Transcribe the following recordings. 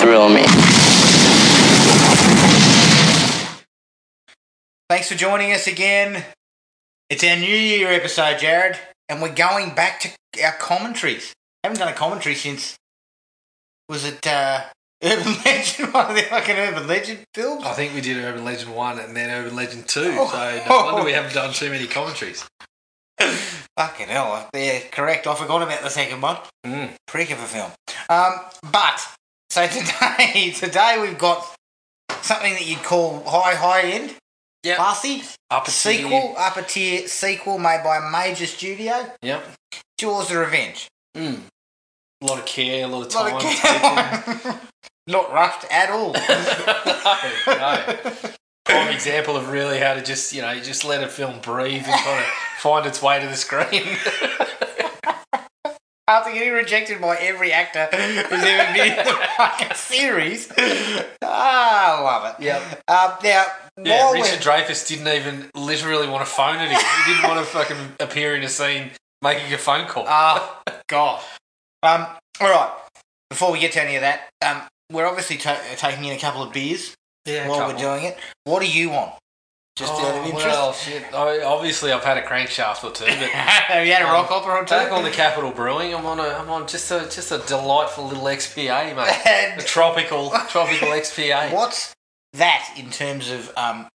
thrill me. Thanks for joining us again. It's our New Year episode, Jared, and we're going back to our commentaries. haven't done a commentary since. Was it uh, Urban Legend? One of the fucking Urban Legend films? I think we did Urban Legend 1 and then Urban Legend 2, Oh. so no wonder we haven't done too many commentaries. Oh. Fucking hell, they're correct. I forgot about the second one. Mm. Prick of a film. Um, but, so today, today we've got something that you'd call high, high end. Yep. Classy. Upper Sequel, upper tier sequel made by a major studio. Yep. Jaws of Revenge. Mm. A lot of care, a lot of Not, time. a taken. kid- Not rushed at all. no, no. Prime example of really how to just, you know, you just let a film breathe and kind of find its way to the screen. After getting rejected by every actor who's ever been in the fucking series. Ah, I love it. Yep. Um, now, Yeah, while we're- Richard Dreyfuss didn't even literally want to phone it in. He didn't want to fucking appear in a scene making a phone call. Ah, God. Um, all right. Before we get to any of that, um, we're obviously ta- uh, taking in a couple of beers yeah, Oh, while we're doing it. What do you want? Just out of interest. Well, shit. I, obviously, I've had a crankshaft or two, but Have you had a rock opera or two? back on Um, the Capital Brewing, I'm on a, I'm on just a, just a delightful little XPA, mate. A and tropical, tropical XPA. what's that in terms of um,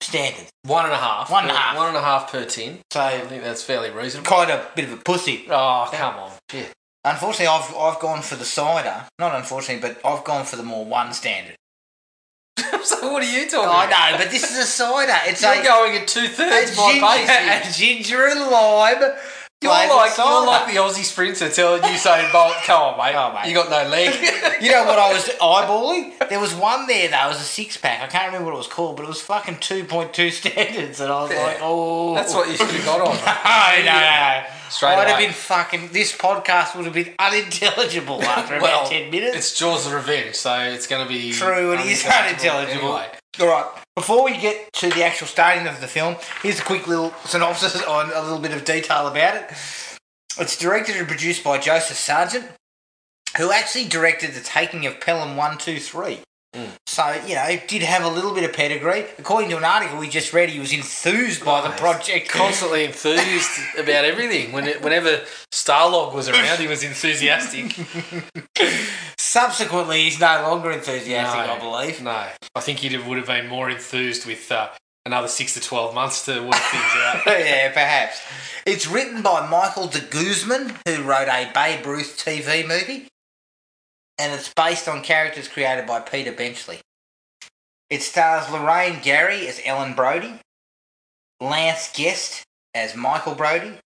standards? One and a half. One and a half. One and a half per tin. I So think that's fairly reasonable. quite a bit of a pussy. Oh, come on. Shit. Unfortunately, I've I've gone for the cider. Not unfortunately, but I've gone for the more one standard. so what are you talking Oh, I about? know, but this is a cider. It's You're a, going at a, two-thirds my pace. here. ginger, a ginger and lime. You're flavoured like, you're cider. like the Aussie sprinter telling Usain Bolt, come on, mate. Oh, mate. You got no leg. You know what I was eyeballing? There was one there though. It was a six pack. I can't remember what it was called, but it was fucking two point two standards, and I was Yeah. like, oh, That's what you should have got on. I know. Straight I'd have away. been fucking. This podcast would have been unintelligible after Well, about ten minutes. It's Jaws of Revenge, so it's going to be True, it is unintelligible. Anyway. All right. Before we get to the actual starting of the film, here's a quick little synopsis on a little bit of detail about it. It's directed and produced by Joseph Sargent, who actually directed the taking of Pelham One Two Three. So you know, it did have a little bit of pedigree. According to an article we just read, he was enthused by the project. Constantly enthused about everything. When it, whenever Starlog was around, he was enthusiastic. Subsequently, he's no longer enthusiastic, No. I believe. No, I think he would have been more enthused with uh, another six to twelve months to work things out. yeah, perhaps. It's written by Michael de Guzman, who wrote a Babe Ruth TV movie, and it's based on characters created by Peter Benchley. It stars Lorraine Gary as Ellen Brody, Lance Guest as Michael Brody,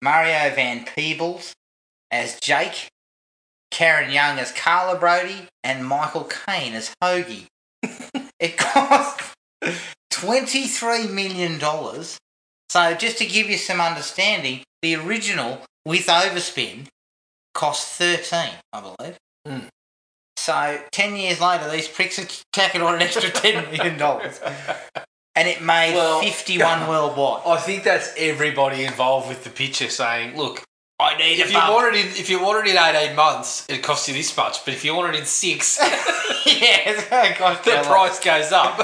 Mario Van Peebles as Jake, Karen Young as Carla Brody, and Michael Caine as Hoagie. it cost $23 million so just to give you some understanding, the original with overspin cost thirteen, I believe. Hmm. So ten years later, these pricks are tacking on an extra ten million dollars, and it made Well, fifty-one worldwide. I think that's everybody involved with the picture saying, "Look, I need if you want it in, if you want it in eighteen months, it costs you this much, but if you want it in six, yeah, it's gonna cost the you a lot. price goes up."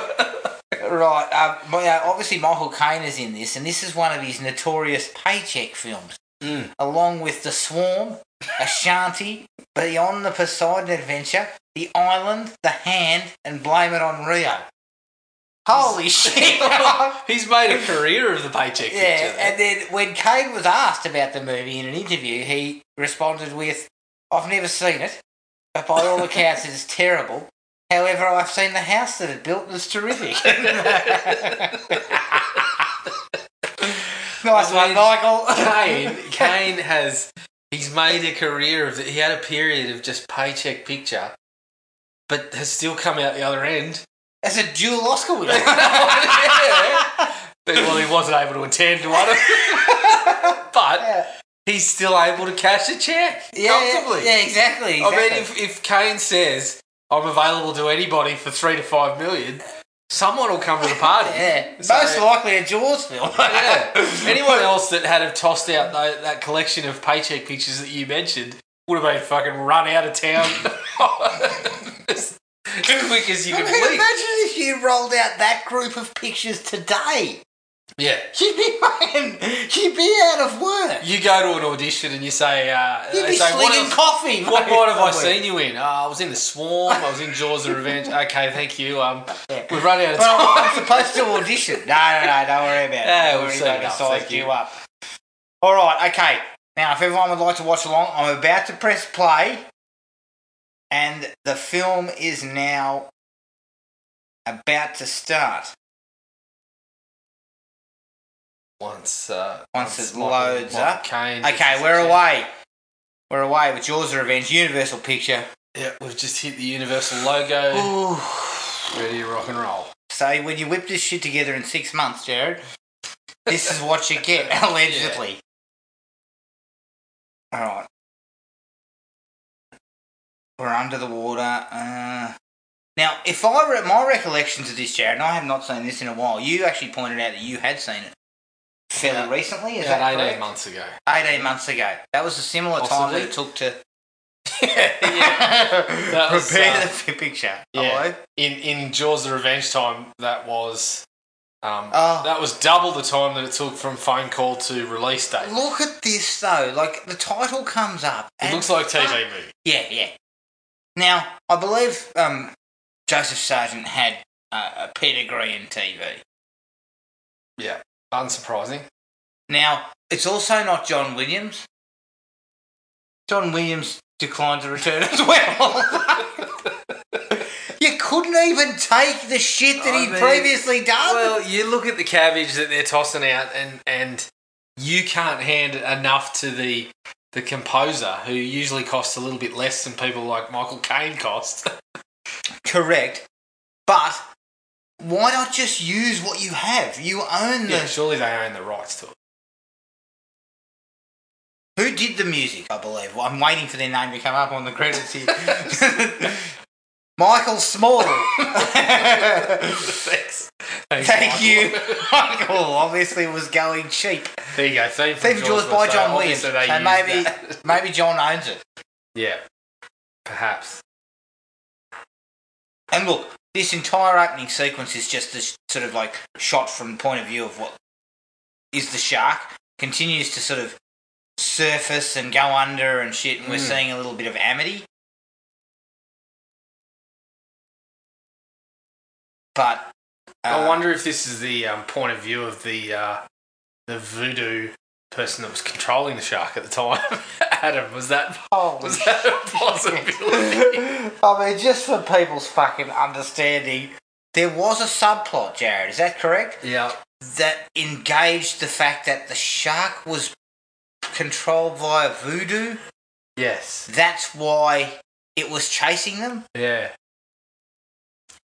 Right. Um, but, uh, obviously, Michael Caine is in this, and this is one of his notorious paycheck films, Mm. along with The Swarm, Ashanti, Beyond the Poseidon Adventure, The Island, The Hand, and Blame It on Rio. Holy shit! yeah, He's made a career of the paycheck. picture, though. and then when Caine was asked about the movie in an interview, he responded with, I've never seen it, but by all accounts, it is terrible. However, I've seen the house that it built and it's terrific. Nice I mean- one, Michael. Kane, Kane has he's made a career of it. He had a period of just paycheck picture, but has still come out the other end. That's a dual Oscar winner. But, well, he wasn't able to attend one of but yeah, he's still able to cash a check yeah, comfortably. yeah, exactly. exactly. I mean, if, if Kane says I'm available to anybody for three to five million, someone will come to the party. yeah, So- most likely a Jaws film. yeah. Anyone else that had have tossed out tho- that collection of paycheck pictures that you mentioned would have been fucking run out of town. as quick as you I can mean, blink. imagine if you rolled out that group of pictures today. Yeah. You'd be fucking, you'd be out of work. You go to an audition and you say, uh, You'd they be say, what, slinging else, coffee. what mate, part have I somewhere." seen you in? Oh, I was in The Swarm, I was in Jaws of Revenge. Okay, thank you. Um, Yeah. we've run out of Well, I'm time. supposed to audition. No, no, no, don't worry about it. Yeah, Don't we've worry seen about it. enough, Sized thank you. you up. All right, okay. Now, if everyone would like to watch along, I'm about to press play, and the film is now about to start. Once, uh, Once it Michael- loads Michael up. Caine gets Okay, his we're check. away. We're away with Jaws of Revenge, Universal Picture. Yeah, we've just hit the Universal logo. Ooh. Ready to rock and roll. So, when you whip this shit together in six months, Jared, this is what you get, allegedly. All right. We're under the water. Uh, now, if I re- my recollection to this, Jared, and I have not seen this in a while, you actually pointed out that you had seen it fairly Yeah. recently. Is About that 18 correct? months ago. 18 months ago. That was a similar time Possibly. that it took to yeah. That was, prepare uh, the picture. yeah. Hello? In in Jaws the Revenge time, that was um, Oh. that was double the time that it took from phone call to release date. Look at this though. Like the title comes up. It and- Ah, looks like TV movie. Yeah, yeah. Now I believe um, Joseph Sargent had uh, a pedigree in TV. Unsurprising. Now it's also not John Williams. John Williams declined to return as well. you couldn't even take the shit that I he'd mean, previously done. Well, you look at the cabbage that they're tossing out, and and you can't hand it enough to the the composer, who usually costs a little bit less than people like Michael Caine cost. Correct, but why not just use what you have? You own the yeah, surely they own the rights to it. Who did the music, I believe? Well, I'm waiting for their name to come up on the credits here. Michael Small. Thanks. Thank Michael. you. Michael obviously was going cheap. There you go. Theme from Theme from Jaws Jaws by so John Williams. So obviously they used maybe, that. maybe John owns it. Yeah. Perhaps. And look, this entire opening sequence is just this sort of like shot from the point of view of what is the shark continues to sort of surface and go under and shit, and we're Mm. seeing a little bit of Amity. But uh, I wonder if this is the um, point of view of the uh, the voodoo person that was controlling the shark at the time. Adam, was that was that a possibility? oh, I mean, just for people's fucking understanding, there was a subplot, Jared. Is that correct? yeah. that engaged the fact that the shark was controlled via voodoo. Yes. That's why it was chasing them. Yeah.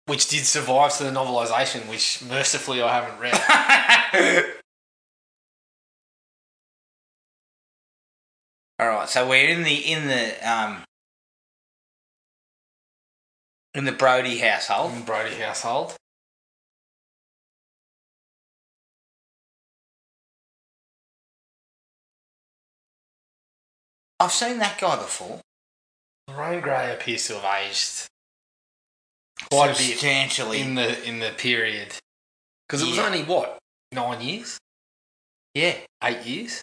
Which did survive to the novelisation, which mercifully I haven't read. All right, so we're in the in the um in the Brody household. In the Brody household. I've seen that guy before. Lorraine Gray appears to have aged quite a bit substantially. in the in the period because it was Yeah. only what nine years, yeah. eight years.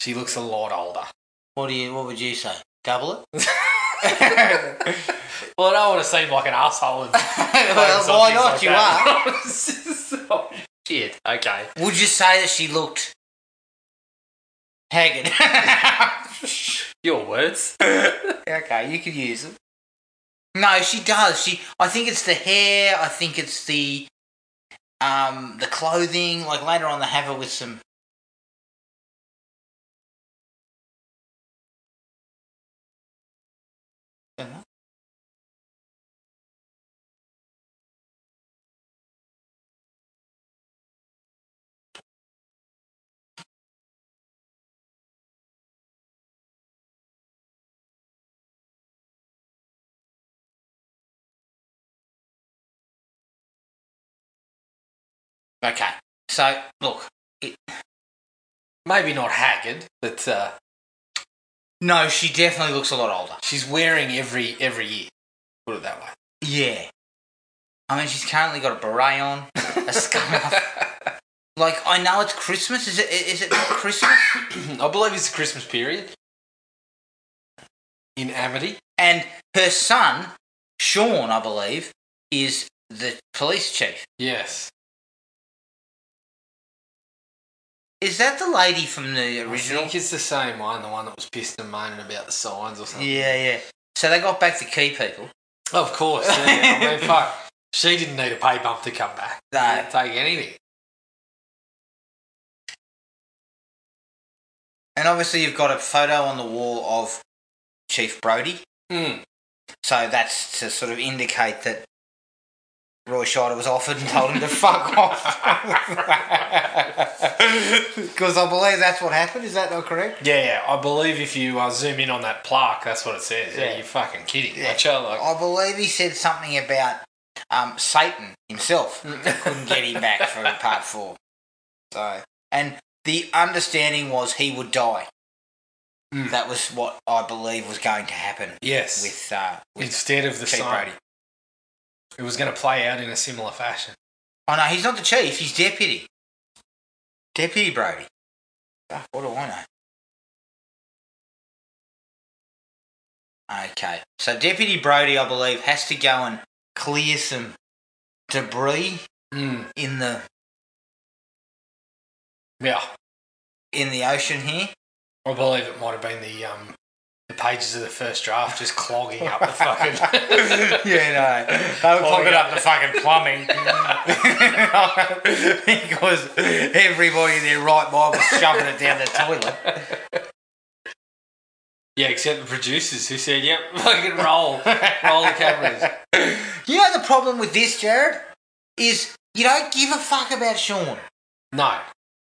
She looks a lot older. What do you? What would you say? Double it? Well, I don't want to seem like an asshole. And well, why not? you are. are. oh, shit. Okay. Would you say that she looked haggard? Your words. okay, you could use them. No, she does. She. I think it's the hair. I think it's the, um, the clothing. Like later on, they have her with some. Okay, so look. Maybe not haggard, but uh, No, she definitely looks a lot older. She's wearing every every year. Put it that way. Yeah. I mean, she's currently got a beret on, a scarf. like, I know it's Christmas. Is it? Is it not Christmas? I believe it's the Christmas period in Amity. And her son, Sean, I believe, is the police chief. Yes. Is that the lady from the I original? think it's the same one, the one that was pissed and moaning about the signs or something. Yeah, yeah. So they got back the key people. Of course. yeah. I mean, fuck. She didn't need a pay bump to come back. No. She didn't take anything. And obviously, you've got a photo on the wall of Chief Brody. Mm. So that's to sort of indicate that Roy Scheider was offered and told him to fuck off. Because I believe that's what happened. Is that not correct? Yeah, yeah. I believe if you uh, zoom in on that plaque, that's what it says. Yeah, Yeah. you're fucking kidding. Yeah. Yeah. Like, I believe he said something about um, Satan himself Mm. couldn't get him back for part four. So, and the understanding was he would die. Mm. That was what I believe was going to happen yes. with uh, with Instead of the Chief sign, Brody. it was going to play out in a similar fashion. Oh no, he's not the chief. He's deputy. Deputy Brody. Fuck, what do I know? Okay, so Deputy Brody, I believe, has to go and clear some debris Mm. in the Yeah. in the ocean here. I believe it might have been the um, the pages of the first draft just clogging up the fucking. yeah, no, they were Clogging clogging up up. the fucking plumbing because everybody in their right mind was shoving it down the toilet. yeah, except the producers who said, "Yep, fucking roll, roll the cameras." You know the problem with this, Jared, is you don't give a fuck about Sean. No.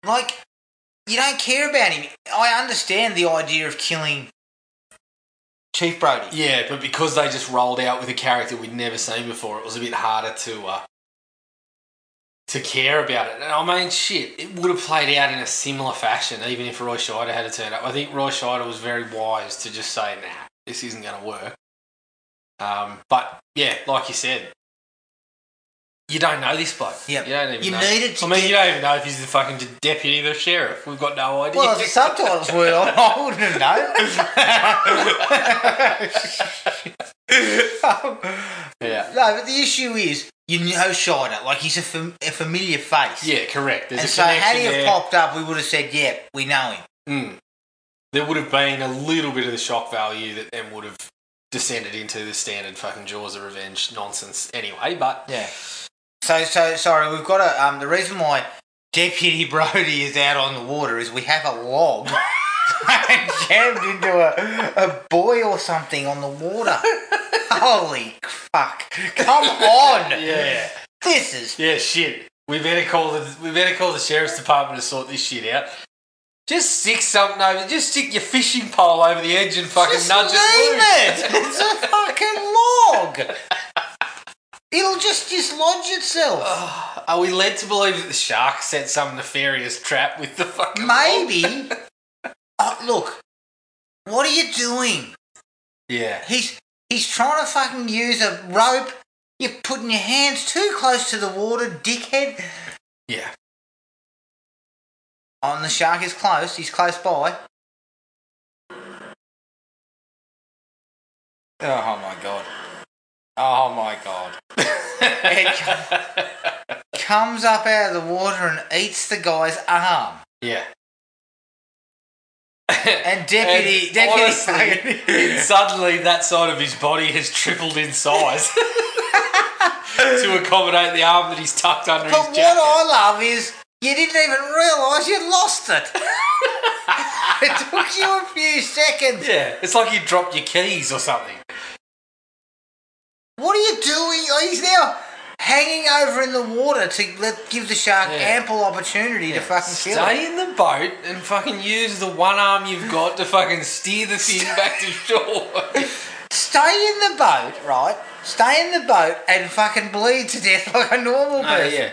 Like, you don't care about him. I understand the idea of killing Chief Brody. Yeah, but because they just rolled out with a character we'd never seen before, it was a bit harder to uh, to care about it. And I mean, shit, it would have played out in a similar fashion, even if Roy Scheider had to turn up. I think Roy Scheider was very wise to just say, "Nah, this isn't going to work." Um, but yeah, like you said, you don't know this bloke. Yep. you don't even. You know. needed to I mean, get- you don't even know if he's the fucking deputy, the sheriff. We've got no idea. Well, if the subtitles were on, I wouldn't have known. yeah, no, but the issue is, you know Shider. Like, he's a, fam- a familiar face. yeah, correct. There's And a so, had connection he have there. popped up, we would have said, yeah, we know him. Mm. There would have been a little bit of the shock value that then would have descended into the standard fucking Jaws of Revenge nonsense anyway, but Yeah. So so sorry, we've got a um the reason why Deputy Brody is out on the water is we have a log jammed into a, a buoy or something on the water. Holy fuck. Come on. yeah, This is yeah, shit. We better call the we better call the sheriff's department to sort this shit out. Just stick something over. Just stick your fishing pole over the edge and fucking just nudge leave it. it. It's a fucking log. It'll just dislodge itself. loose. Are we led to believe that the shark set some nefarious trap with the fucking? log? Maybe. Oh, look. What are you doing? Yeah. He's he's trying to fucking use a rope. You're putting your hands too close to the water, dickhead. Yeah. On the shark is close. He's close by. Oh my god. Oh my god. Comes up out of the water and eats the guy's arm. yeah. And deputy, And deputy, honestly, suddenly that side of his body has tripled in size to accommodate the arm that he's tucked under But his what jacket. I love is you didn't even realise you lost it. it took you a few seconds. yeah, it's like you dropped your keys or something. What are you doing? Oh, He's now hanging over in the water to let give the shark Yeah. ample opportunity to fucking kill it. Stay in the boat and fucking use the one arm you've got to fucking steer the thing back to shore. Stay in the boat, right? Stay in the boat and fucking bleed to death like a normal No, person. yeah.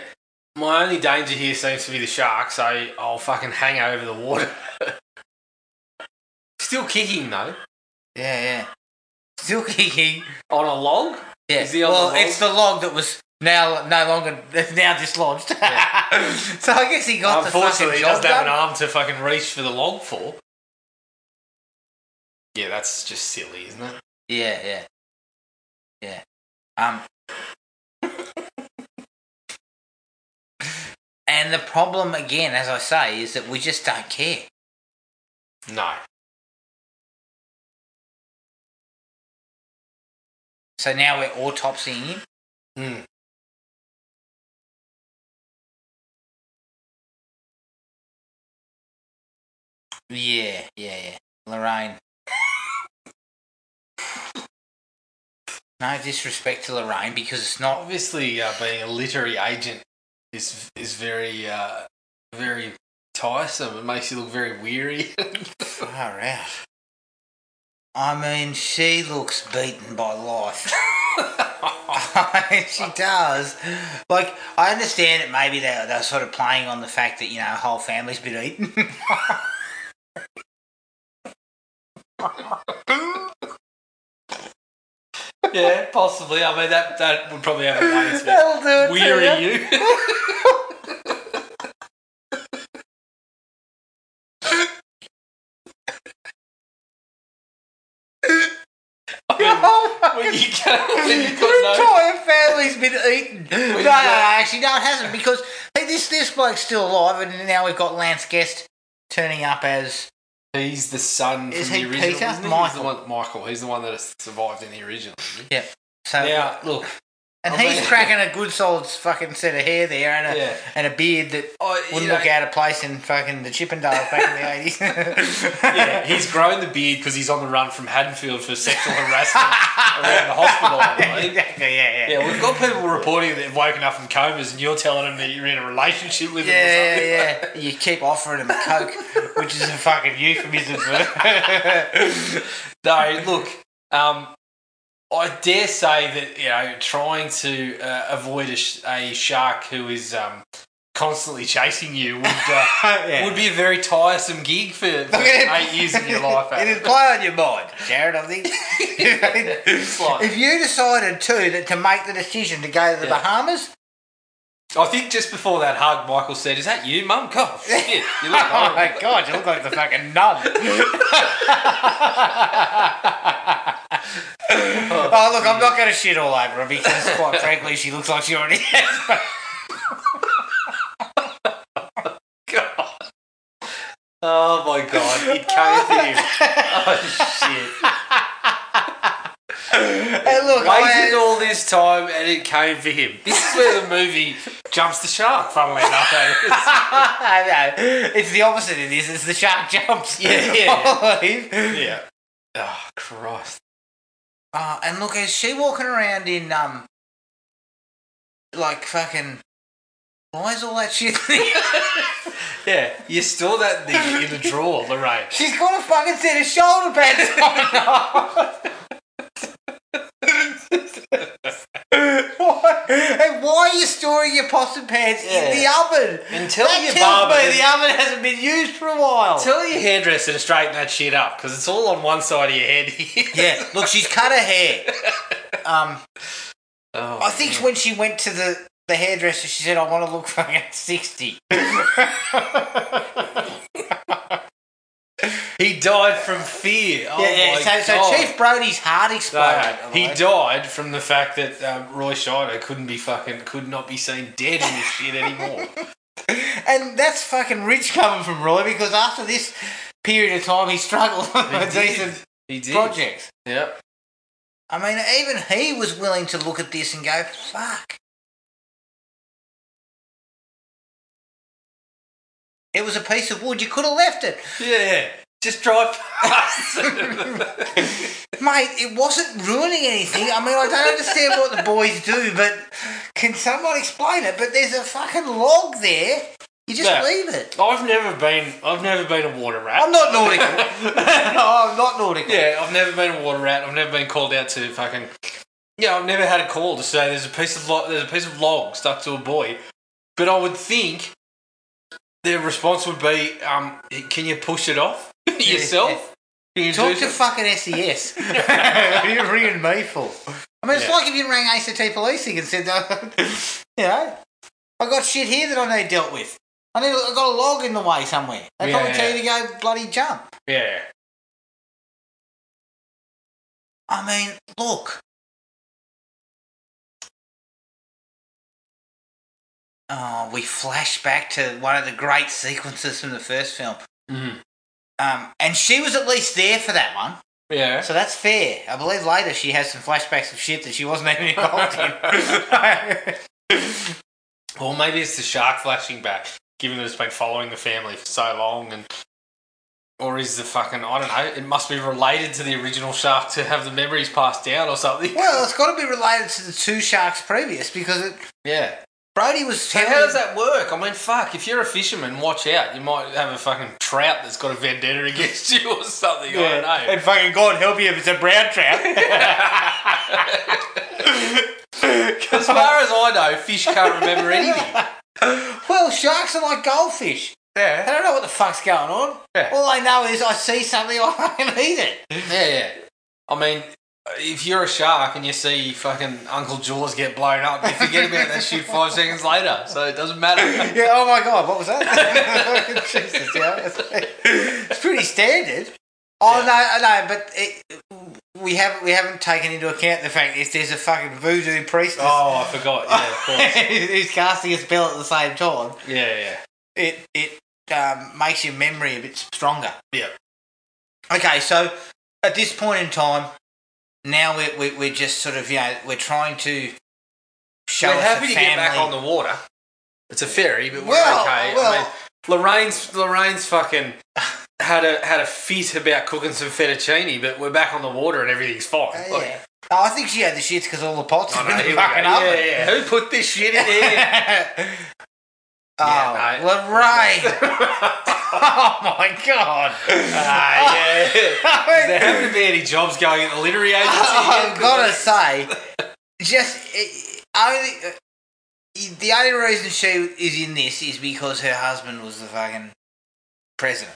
My only danger here seems to be the shark, so I'll fucking hang over the water. Still kicking though. Yeah, yeah. Still kicking. On a log? Yeah. Is the other well, log- it's the log that was now no longer that's now dislodged. Yeah. so I guess he got the Unfortunately, fucking he job doesn't have an done. arm to fucking reach for the log for. Yeah, that's just silly, isn't it? Yeah, yeah, yeah. Um, and the problem again, as I say, is that we just don't care. No. So now we're autopsying him. Hmm. Yeah, yeah, yeah. Lorraine. no disrespect to Lorraine because it's not. Obviously, uh, being a literary agent is is very uh, very tiresome. It makes you look very weary. Far out. I mean, she looks beaten by life. I mean, she does. Like, I understand it. Maybe they're, they're sort of playing on the fact that you know her whole family's been eaten. yeah, possibly. I mean, that that would probably have a way to That'll do it. to weary you. you. I mean, Oh when you go, when you Your got no entire family's been eaten. No, no, no, got- actually, no, it hasn't because hey, this this bloke's still alive, and now we've got Lance Guest turning up as He's the son Is from he the original. Peter? isn't he? He's the Michael. one, Michael. He's the one that has survived in the original. isn't so, he? Now, look. and I he's mean- cracking a good solid fucking set of hair there, and a Yeah. and a beard that I, wouldn't you know, look out of place in fucking the Chippendales back in the eighties. yeah, he's grown the beard because he's on the run from Haddonfield for sexual harassment around the hospital. I believe. exactly. Yeah, yeah, Yeah, we've got people reporting that they've woken up from comas, and you're telling them that you're in a relationship with them. or Yeah, something. yeah, yeah. You keep offering him coke, which is a fucking euphemism for. No, look, um, I dare say that you know trying to uh, avoid a, sh- a shark who is um, constantly chasing you would uh, Yeah. would be a very tiresome gig for, for eight years of your life. eh? It Adam. is play on your mind, Jared. I think. like- if you decided too that to make the decision to go to the Yeah. Bahamas, I think just before that hug, Michael said, "Is that you, Mum? God, shit, you look oh horrible." my god, you look like the fucking nun. oh look, I'm not going to shit all over her because, quite frankly, she looks like she already has. God. Oh my god, it came to you. Oh shit. and look, Waited I, Oh, all this time and it came for him. This is where the movie jumps the shark, funnily enough. eh? Adam. I know it's the opposite of this. It's the shark jumps. Yeah, yeah. yeah. Ah, yeah. Oh, Christ. Uh, and look, is she walking around in um, like fucking? Why is all that shit? Yeah, you store that thing in a drawer, Lorraine. She's got a fucking set of shoulder pads on. why, and why are you storing your possum pants in the Yeah. oven? And tell that your tells barber- me the oven hasn't been used for a while. Tell your hairdresser to straighten that shit up because it's all on one side of your head here. yeah, look, she's cut her hair. Um, Oh, I think when she went to the, the hairdresser, she said, I want to look fucking 60. he died from fear. Oh, yeah, yeah. my So, God. so Chief Brody's heart exploded. No, he died from the fact that um, Roy Scheider couldn't be fucking could not be seen dead in this shit anymore. And that's fucking rich coming from Roy because after this period of time, he struggled with did. decent He did. projects. Yep. I mean, even he was willing to look at this and go, fuck. It was a piece of wood. You could have left it. Yeah. Just drive past. it. Mate, it wasn't ruining anything. I mean, I don't understand what the boys do, but can someone explain it? But there's a fucking log there. You just Yeah. leave it. I've never been. I've never been a water rat. I'm not nautical. no, I'm not nautical. Yeah, I've never been a water rat. I've never been called out to fucking. Yeah, I've never had a call to say there's a piece of lo- there's a piece of log stuck to a boy, but I would think their response would be, um, "Can you push it off yourself?" You can Talk do to some- fucking E SES. what are you ringing me for? I mean, it's Yeah. like if you rang ACT policing and said, uh, you know, I got shit here that I need dealt with. I need, I got a log in the way somewhere. They probably Yeah. tell you to go bloody jump. yeah. I mean, look. Oh, we flash back to one of the great sequences from the first film. Mhm. Um, and she was at least there for that one. Yeah. So that's fair. I believe later she has some flashbacks of shit that she wasn't even involved in. Or maybe it's the shark flashing back, given that it's been following the family for so long and or is the fucking I don't know, it must be related to the original shark to have the memories passed down or something. well, it's got to be related to the two sharks previous because it, Yeah. Brody was. So how does that work? I mean, fuck, if you're a fisherman, watch out. You might have a fucking trout that's got a vendetta against you or something. I don't know. fucking God help you if it's a brown trout. as far as I know, fish can't remember anything. well, sharks are like goldfish. They Yeah. don't know what the fuck's going on. Yeah. All I know is I see something, I fucking eat it. Yeah, yeah. I mean, if you're a shark and you see fucking Uncle Jaws get blown up, you forget about that shit five seconds later, so it doesn't matter. Yeah, oh my God, what was that? Jesus, yeah. It's pretty standard. Oh no, no, but it, we haven't we haven't taken into account the fact if there's a fucking voodoo priestess Oh, I forgot. Yeah, of course. who's casting a spell at the same time. Yeah, yeah. It it um, makes your memory a bit stronger. Yeah. Okay, so at this point in time, now we're we, we're just sort of you know we're trying to show We're us happy the to get back family- on the water. It's a ferry, but we're Well, okay. well- I mean, Lorraine's Lorraine's fucking had a had a fit about cooking some fettuccine, but we're back on the water and everything's fine. Uh, Like, yeah. Oh, I think she had the shits because all the pots I have know, here we been go. fucking up. Yeah, yeah. Who put this shit in here? Yeah, oh, no. Lorraine! Ah, oh my god! yeah. Does there I happen to be any jobs going at the literary agency? have got to say, just it, only uh, the only reason she is in this is because her husband was the fucking president.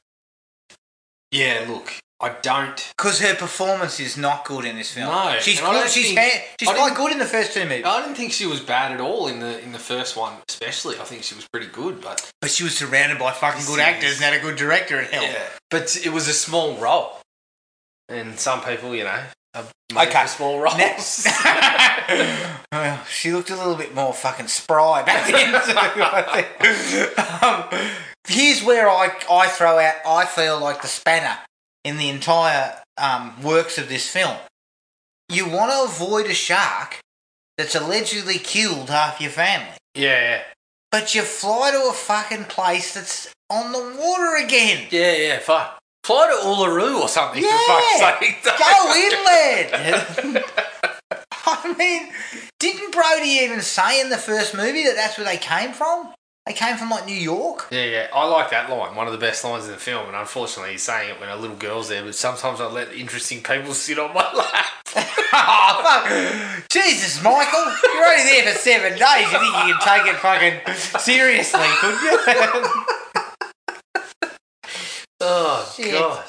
Yeah, look, I don't. Because her performance is not good in this film. No, she's and I don't good. She's think- fair- she's I quite didn't- Oh. good in the first two movies, I didn't think she was bad at all in the in the first one, especially. I think she was pretty good, but but she was surrounded by fucking good Yes. actors and had a good director at help. But it was a small role. And some people, you know, are made Okay. for small roles. Um, Next. well, she looked a little bit more fucking spry back then. too, I think. um, here's where I, I throw out, I feel like the spanner in the entire um, works of this film. You want to avoid a shark that's allegedly killed half your family, yeah, but you fly to a fucking place that's on the water again. yeah. Yeah, yeah, fuck. Fly to Uluru or something, Yeah. for fuck's sake. Go inland. I mean, didn't Brody even say in the first movie that that's where they came from? They came from like New York. Yeah, yeah. I like that line. One of the best lines in the film. And unfortunately, he's saying it when a little girl's there. But sometimes I let interesting people sit on my lap. Oh, fuck. Jesus, Michael, you're only there for seven days. You think you can take it fucking seriously? Could you? oh, Shit. God.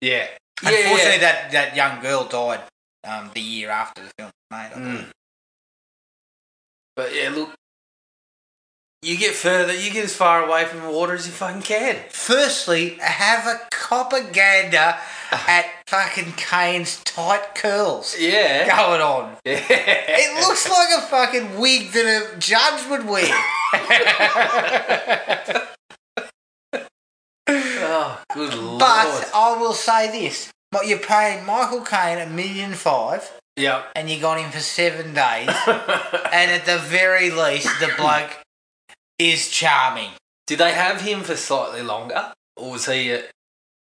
Yeah. Yeah, Unfortunately, yeah. that that young girl died um, the year after the film was made. I think. Mm. But yeah, look. You get further, you get as far away from the water as you fucking can. Firstly, have a copper gander at fucking Kane's tight curls Yeah. going on. it It looks like a fucking wig that a judge would wear. Oh, good lord. but I will say this: What you're paying Michael Caine a million five, Yep. and you got him for seven days, and at the very least, the bloke is charming. Did they have him for slightly longer? Or was he. Uh,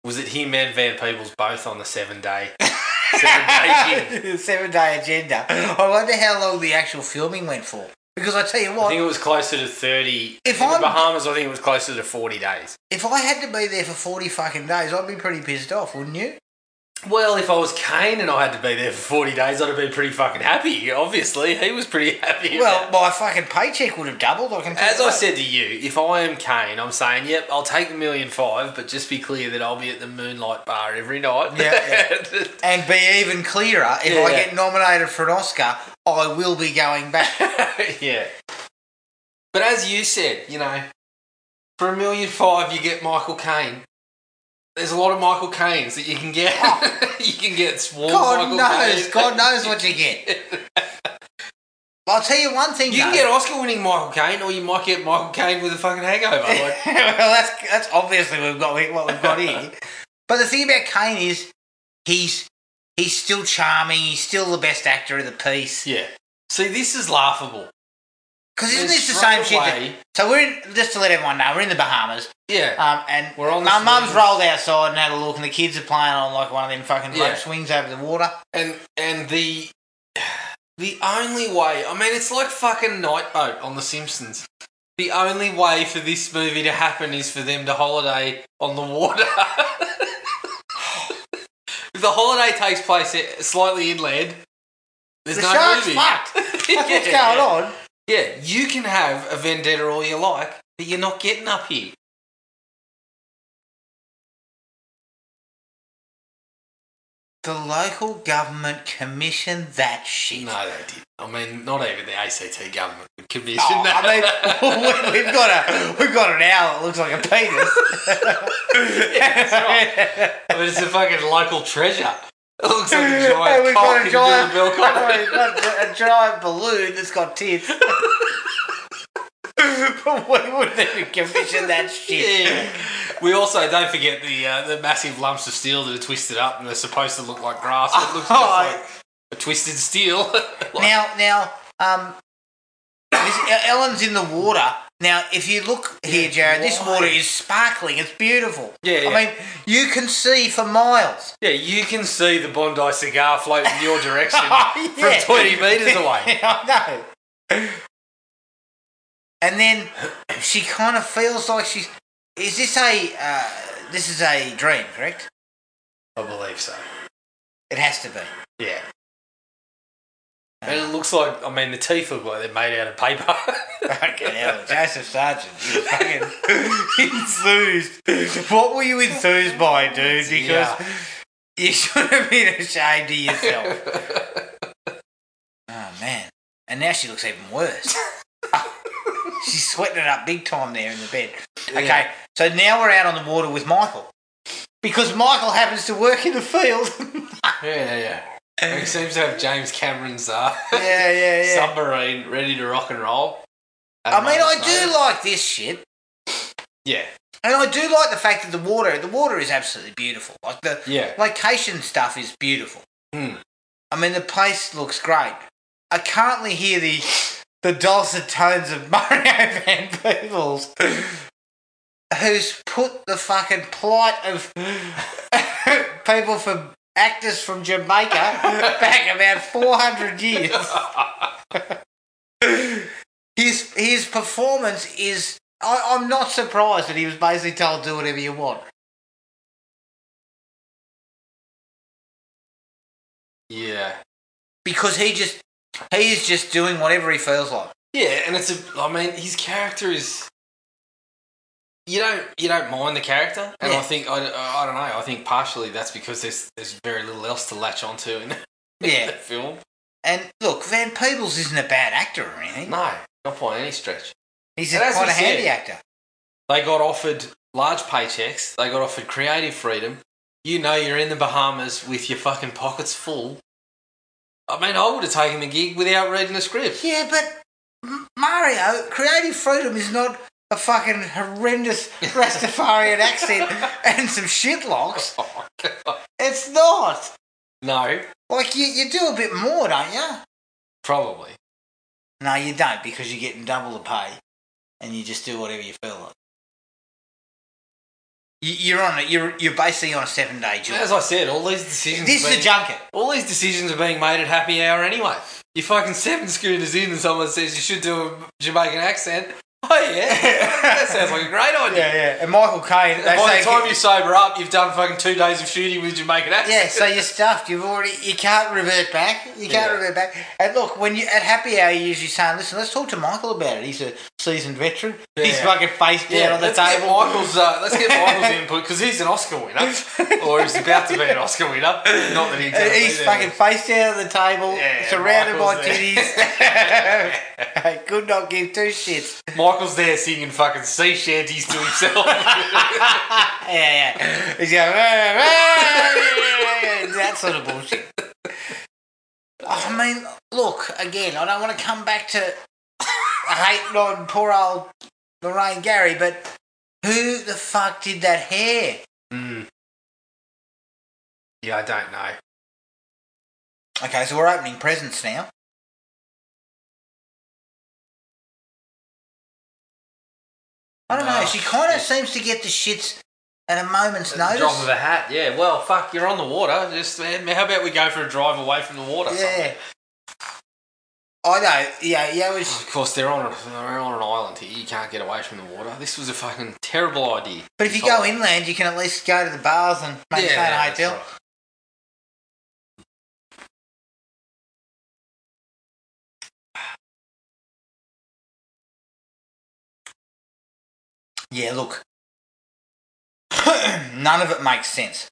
was it him and Van Peebles both on the seven day. seven day gig? Seven day agenda. I wonder how long the actual filming went for. Because I tell you I what, think it was closer to 30. If in I'm- the Bahamas, I think it was closer to 40 days. if I had to be there for forty fucking days, I'd be pretty pissed off, wouldn't you? Well, if I was Kane and I had to be there for 40 days, I'd have been pretty fucking happy, obviously. He was pretty happy. Well, about it. my fucking paycheck would have doubled. I can tell as you I that. said to you, if I am Kane, I'm saying, yep, I'll take the million five, but just be clear that I'll be at the Moonlight Bar every night. Yeah, And be even clearer, if I Yeah. get nominated for an Oscar, I will be going back. yeah. But as you said, you know, for a million five, you get Michael Caine. There's a lot of Michael Caines that you can get. you can get swarm Oh. God Michael knows, Caines. God knows what you get. I'll tell you one thing. You can though. get Oscar-winning Michael Caine, or you might get Michael Caine with a fucking hangover. Like, well, that's that's obviously we've got what we've got here. But the thing about Kane is he's he's still charming. He's still the best actor of the piece. yeah. See, this is laughable. Because isn't There's this the same shit? That, straightaway- so we're in, just to let everyone know, we're in the Bahamas, Yeah. um, and We're on the my mum's swings. rolled outside and had a look, and the kids are playing on like one of them fucking Yeah. rope swings over the water. And and the the only way I mean it's like fucking Nightboat on The Simpsons. The only way for this movie to happen is for them to holiday on the water. if the holiday takes place i- slightly inland, there's The no shark's movie. fucked. That's what's Yeah. going on. Yeah, you can have a vendetta all you like, but you're not getting up here. The local government commissioned that shit. No, they did. I mean, not even the ACT government would commission Oh, that. I mean, we- we've got a we've got an owl that looks like a penis. Yeah, that's I mean, it's a fucking local treasure. It looks like a giant and we've cock got a in giant, the milk on it. we've got a giant balloon that's got tits. but we wouldn't even commission that shit. Yeah. We also don't forget the uh, the massive lumps of steel that are twisted up and they're supposed to look like grass. but It looks just Oh. like a twisted steel. Like- Now, now, um, this, E-, Ellen's in the water. Now, if you look here, Jared, this why? water is sparkling. It's beautiful. Yeah, yeah. I mean, you can see for miles. yeah, you can see the Bondi cigar floating in your direction Oh, yeah. from 20 metres away. I know. And then she kind of feels like she's. Is this a? Uh, this is a dream, correct? I believe so. It has to be. Yeah. And it looks like, I mean, the teeth look like they're made out of paper. Fucking hell, Joseph Sargent, you were fucking enthused. What were you enthused by, dude? Because Yeah. you should have been ashamed of yourself. oh man! And now she looks even worse. She's sweating it up big time there in the bed. Okay, so now we're out on the water with Michael. Because Michael happens to work in the field. Yeah, yeah, yeah. He seems to have James Cameron's uh, yeah, yeah, submarine ready to rock and roll. I mean, I do like this shit. Yeah, And I do like the fact that the water, the water is absolutely beautiful. Like the yeah. location stuff is beautiful. Hmm. I mean, the place looks great. I currently hear the the dulcet tones of Mario Van Peebles, who's put the fucking plight of people from actors from Jamaica back about four hundred years. His his performance is. I, I'm not surprised that he was basically told do whatever you want. Yeah. because he just he is just doing whatever he feels like. Yeah, and it's a. I mean, his character is. You don't you don't mind the character, and Yeah. I think I, I don't know. I think partially that's because there's there's very little else to latch onto in the Yeah, film. and look, Van Peebles isn't a bad actor or anything. No, not by any stretch. He's And just as quite a we handy said- actor. They got offered large paychecks. They got offered creative freedom. You know, you're in the Bahamas with your fucking pockets full. I mean, I would have taken the gig without reading the script. Yeah, but M- Mario, creative freedom is not a fucking horrendous Rastafarian accent and some shitlocks. Oh, God. It's not. no, Like you, you do a bit more, don't you? probably. No, you don't because you're getting double the pay, and you just do whatever you feel like. You- You're on it. You're you're basically on a seven day job. As I said, all these decisions. This are is a being- junket. all these decisions are being made at happy hour anyway. You're fucking seven schooners in, and someone says you should do a Jamaican accent. Oh yeah, that sounds like a great idea. Yeah, yeah. And Michael Caine. They By say, the time you sober up, you've done fucking two days of shooting with Jamaican accent. yeah, so you're stuffed. You've already. You can't revert back. You can't Yeah. revert back. And look, when you at happy hour, you're usually saying, "Listen, let's talk to Michael about it. He's a seasoned veteran. He's Yeah. fucking face down on the let's table." Get Michael's, uh, let's get Michael's input because he's an Oscar winner, or he's about to be an Oscar winner. Not that he's. gonna He's be there. fucking face down on the table, Yeah, surrounded by Michael's titties. I could not give two shits. Michael's there singing fucking sea shanties to himself. Yeah, yeah. He's going, "Rah, rah," that sort of bullshit. Oh, I mean, look, again, I don't want to come back to hating on poor old Lorraine Gary, but who the fuck did that hair? Mm. Yeah, I don't know. Okay, so we're opening presents now. I don't know. No, She kind of shit. seems to get the shits at a moment's At the Drop notice. of a hat. Yeah. Well, fuck. You're on the water. Just man, how about we go for a drive away from the water? somewhere? Yeah. I know. Yeah, yeah. It was, Of course, they're on a, they're on an island here. You can't get away from the water. This was a fucking terrible idea. but if you go inland, you can at least go to the bars and maybe stay in a that's hotel. right. Yeah, look. None of it makes sense.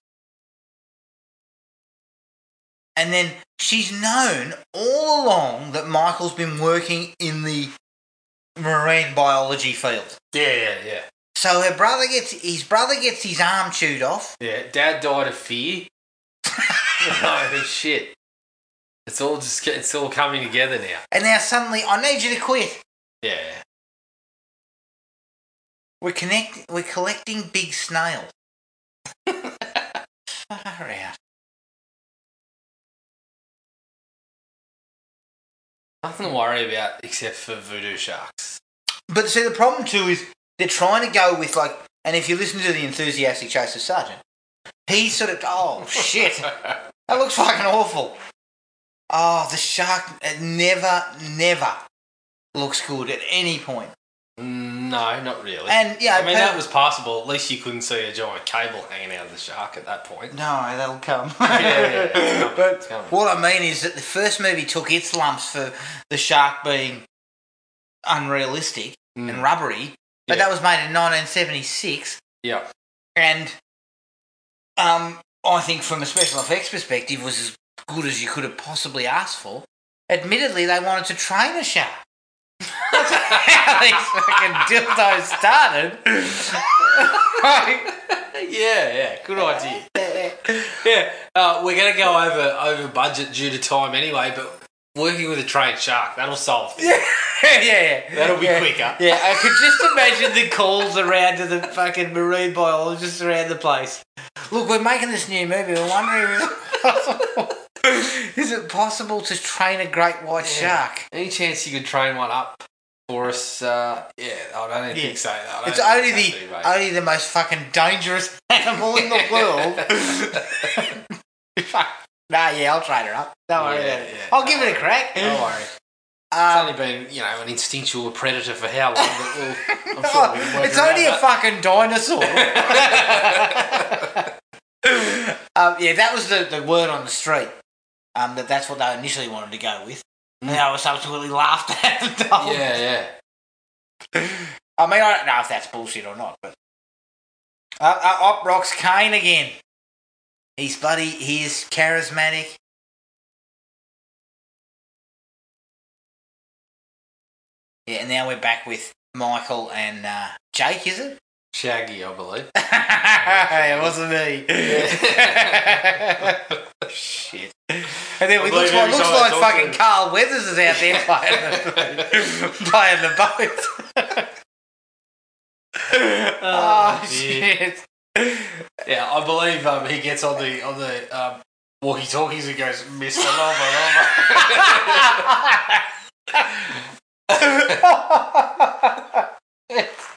And then she's known all along that Michael's been working in the marine biology field. Yeah, yeah, yeah. So her brother gets his brother gets his arm chewed off. Yeah, Dad died of fear. oh shit! It's all just get- it's all coming together now. And now suddenly I need you to quit. Yeah. We're connect. We're collecting big snails. Far out. Nothing to worry about except for voodoo sharks. But see, the problem too is they're trying to go with like, and if you listen to the enthusiastic Chaser Sergeant, he sort of, oh shit, yeah. that looks fucking awful. Oh, the shark it never, never looks good at any point. No, not really. And yeah, I mean Peter- that was passable. At least you couldn't see a giant cable hanging out of the shark at that point. No, that'll come. yeah, yeah, it's coming, but it's coming. what I mean is that the first movie took its lumps for the shark being unrealistic and Mm. rubbery, but Yeah. that was made in 1976, Yeah. and um, I think from a special effects perspective was as good as you could have possibly asked for. Admittedly, they wanted to train a shark. That's how these fucking dildos started. Right. yeah, yeah. Good idea. Yeah, uh, we're gonna go over over budget due to time anyway, but working with a trained shark that'll solve. things. yeah, yeah. That'll be Yeah. quicker. Yeah, I could just imagine the calls around to the fucking marine biologists around the place. Look, we're making this new movie. We're wondering if it's possible. Is it possible to train a great white Yeah. shark? Any chance you could train one up for us? Uh, yeah, I don't even think so. I don't It's think only the that's happening, mate. only the most fucking dangerous animal in the world. Fuck. Nah, yeah, I'll train her up. Don't worry Yeah, about it. yeah, I'll don't give it a worry. crack. Don't worry. It's Um, only been, you know, an instinctual predator for how long? But we'll, I'm sure we can Oh, work it's only a around fucking dinosaur. that. um, yeah, that was the, the word on the street. Um, that that's what they initially wanted to go with, and they were subsequently laughed at. And told. yeah, yeah. I mean, I don't know if that's bullshit or not, but uh, uh, up rocks Kane again. He's bloody. He is charismatic. Yeah, and now we're back with Michael and uh, Jake, is it? Shaggy, I believe. it wasn't me. Shit. And then it believe looks like, every looks time I like talk to fucking him. Carl Weathers is out there playing the, playing the boat. oh, dear. shit. Yeah, I believe um, he gets on the on the um, walkie talkies and goes, Mister Lava Lava.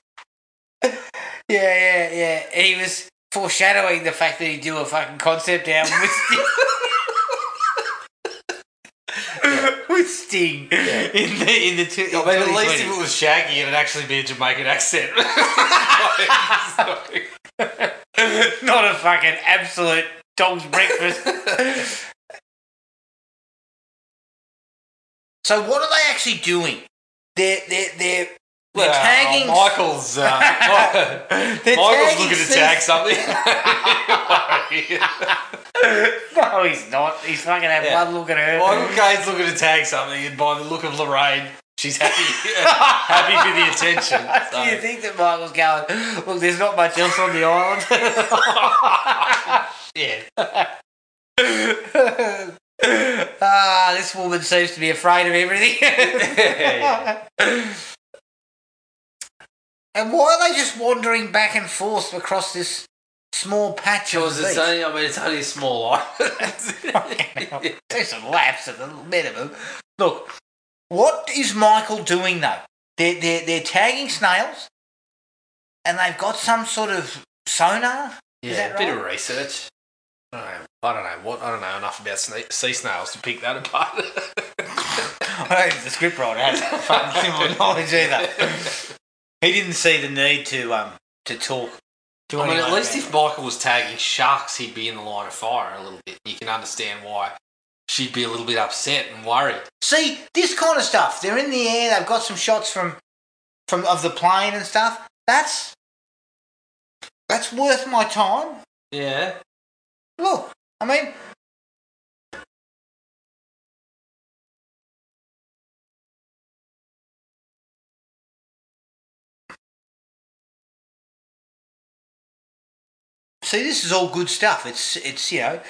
yeah, yeah, yeah. He was foreshadowing the fact that he'd do a fucking concept album with Steve. with Sting in the in the two. I mean, at least if it 2020s. was Shaggy, it'd actually be a Jamaican accent. Sorry. not a fucking absolute dog's breakfast. so what are they actually doing? They're they're they're they're Uh, tagging. Michael's. Uh, They're Michael's tagging looking to Cece. tag something. No, he's not. He's fucking had Yeah. one look at her. Michael Caine's looking to tag something, and by the look of Lorraine, she's happy, happy for the attention. Do you So. think that Michael's going? Look, there's not much else on the island. Yeah. ah, this woman seems to be afraid of everything. Yeah. and why are they just wandering back and forth across this small patch of Because beach? it's only, I mean, it's only a small island. Fucking Do some laps at the minimum. Look, what is Michael doing though? They're, they're, they're tagging snails, and they've got some sort of sonar. Is Yeah, that a bit of research. I don't know. I don't know what. I don't know enough about sna- sea snails to pick that apart. I don't think the scriptwriter has fucking similar knowledge either. He didn't see the need to um to talk. To I mean, at anyone least about it. if Michael was tagging sharks, he'd be in the line of fire a little bit. You can understand why she'd be a little bit upset and worried. See, this kind of stuff. They're in the air. They've got some shots from from of the plane and stuff. That's that's worth my time. Yeah. Look, I mean, see, this is all good stuff. It's it's you know,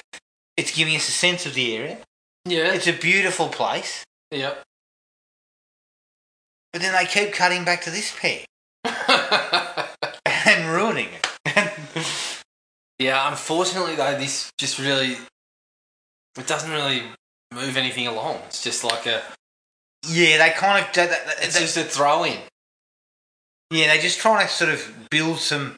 it's giving us a sense of the area. Yeah. It's a beautiful place. Yep. But then they keep cutting back to this pair and ruining it. yeah. Unfortunately, though, this just really it doesn't really move anything along. It's just like a yeah, they kind of. They, they, it's they- just a throw in. yeah, they're just trying to sort of build some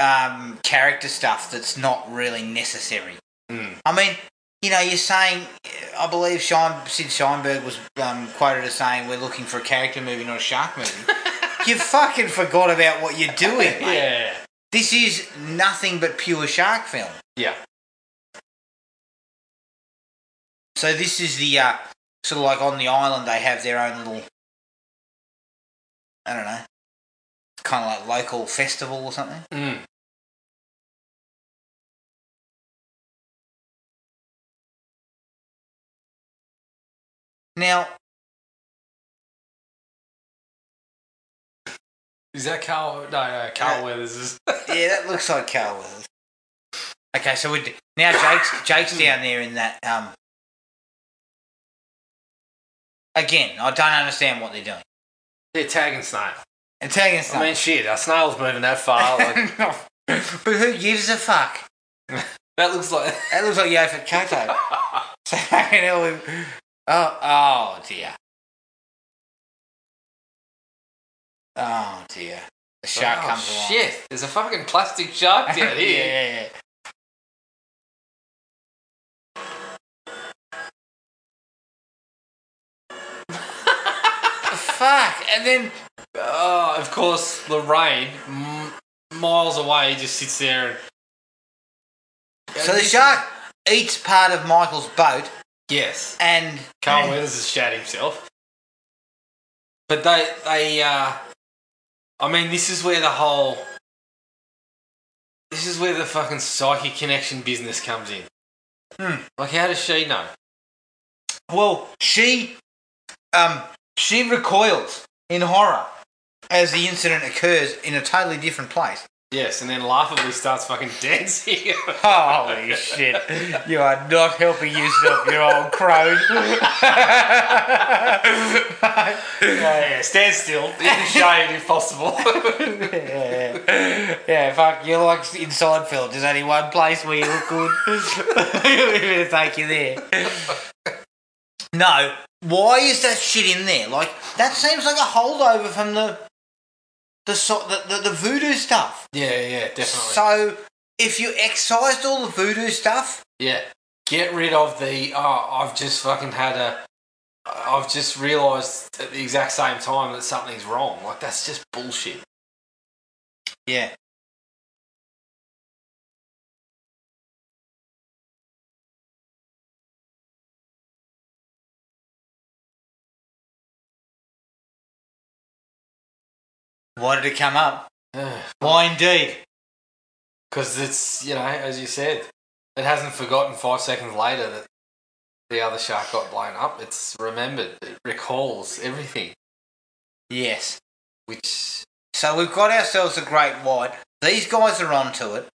um, character stuff that's not really necessary. Mm. I mean, you know, you're saying, I believe Shine, Sid Sheinberg was um, quoted as saying, we're looking for a character movie, not a shark movie. you fucking forgot about what you're doing, mate. Yeah. This is nothing but pure shark film. Yeah. So this is the uh, sort of like on the island they have their own little I don't know. Kind of like local festival or something. Mm. Now, Is that Carl? No, no Carl Weathers is. yeah, that looks like Carl Weathers. Okay, so we now Jake's Jake's down there in that um Again, I don't understand what they're doing. They're tagging snail. Italian stuff. I mean, shit, a snail's moving that far. Like, but who gives a fuck? that looks like. That looks like Yofit Kato. so fucking hell. we- Oh, oh dear. Oh dear. The shark oh, comes along. shit, there's a fucking plastic shark down yeah, here. yeah, yeah. Fuck. And then Oh, of course, Lorraine, m- miles away, just sits there and. so the shark eats part of Michael's boat Yes, and Carl Weathers has shat himself. But they, they, uh. I mean, this is where the whole. This is where the fucking psychic connection business comes in. Hmm. Like, how does she know? Well, she um she recoils in horror as the incident occurs in a totally different place. Yes, and then laughably starts fucking dancing. Holy shit. You are not helping yourself, you old crone. yeah, stand still in the shade if possible. yeah. yeah, fuck, you're like in Seinfeld. There's only one place where you look good. We're going to take you there. No, why is that shit in there? Like, that seems like a holdover from the the so- the, the, the voodoo stuff. yeah, yeah, definitely. So, if you excised all the voodoo stuff, yeah, get rid of the. Oh, I've just fucking had a I've just realised at the exact same time that something's wrong. Like that's just bullshit. Yeah. Why did it come up? Why indeed? Because it's you know, as you said, it hasn't forgotten five seconds later that the other shark got blown up. It's remembered. It recalls everything. Yes. Which So we've got ourselves a great white. These guys are onto it.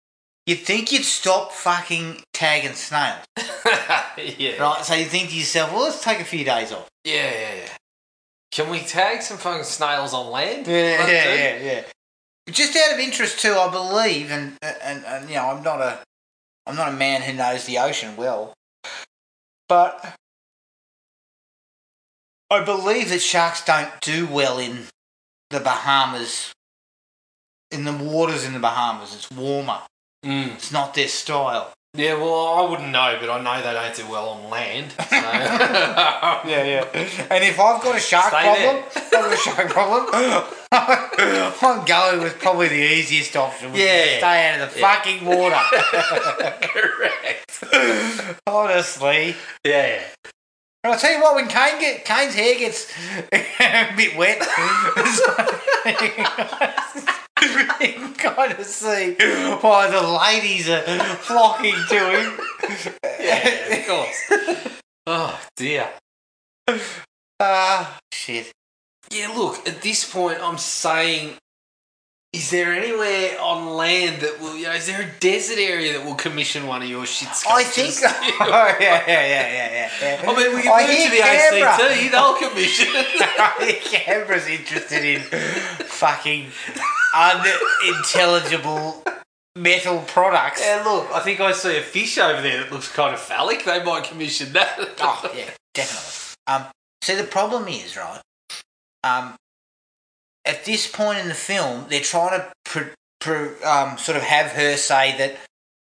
You'd think you'd stop fucking tagging snails, yeah. right? So you think to yourself, well, let's take a few days off. Yeah, yeah, yeah. Can we tag some fucking snails on land? Let's do. yeah, yeah, yeah. uh, Just out of interest too, I believe, and, and and you know, I'm not a, I'm not a man who knows the ocean well, but I believe that sharks don't do well in the Bahamas, in the waters in the Bahamas. It's warmer. Mm. It's not their style. Yeah, well, I wouldn't know, but I know they don't do well on land. So. yeah, yeah. And if I've got a shark Stay problem, I've got a shark problem. I'm going with probably the easiest option. Which is Yeah. stay out of the Yeah. fucking water. Correct. Honestly. Yeah, yeah. And I'll tell you what, when Kane get Kane's hair gets a bit wet, you can kind of see why the ladies are flocking to him. Yeah, of course. oh, dear. Ah, shit. Yeah, look, at this point, I'm saying, is there anywhere on land that will, you know, is there a desert area that will commission one of your shit I sculptures? think. Oh, yeah, yeah, yeah, yeah, yeah. I mean, we can I move hear to the Canberra. ACT, they'll commission. Canberra's interested in fucking unintelligible metal products. yeah, look, I think I see a fish over there that looks kind of phallic. They might commission that. Oh yeah, definitely. Um, so the problem is right. Um, at this point in the film, they're trying to pr- pr- um, sort of have her say that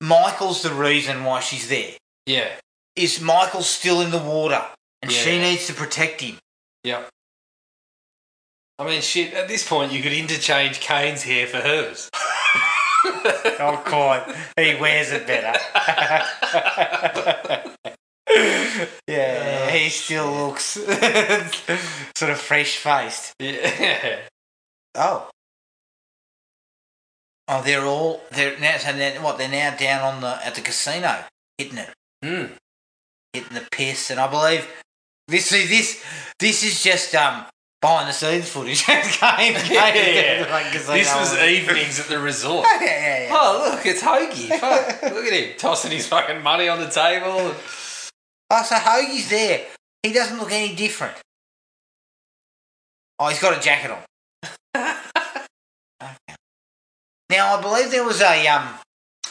Michael's the reason why she's there. yeah. Is Michael still in the water, and she Yeah. needs to protect him? Yep. I mean, shit, at this point, you could interchange Kane's hair for hers. Not quite. He wears it better. yeah, he still looks sort of fresh faced. yeah. Oh. Oh, they're all they're now so they're, what they're now down on the at the casino hitting it, Hmm. hitting the piss, and I believe this see this this is just um behind the scenes footage. Kane- Kane is down at the fucking casino. This was e- evenings at the resort. yeah, yeah, yeah. Oh, look, it's Hoagie. Fuck. Look at him tossing his fucking money on the table. Oh, so Hoagie's there. He doesn't look any different. Oh, he's got a jacket on. Okay. Now, I believe there was a um,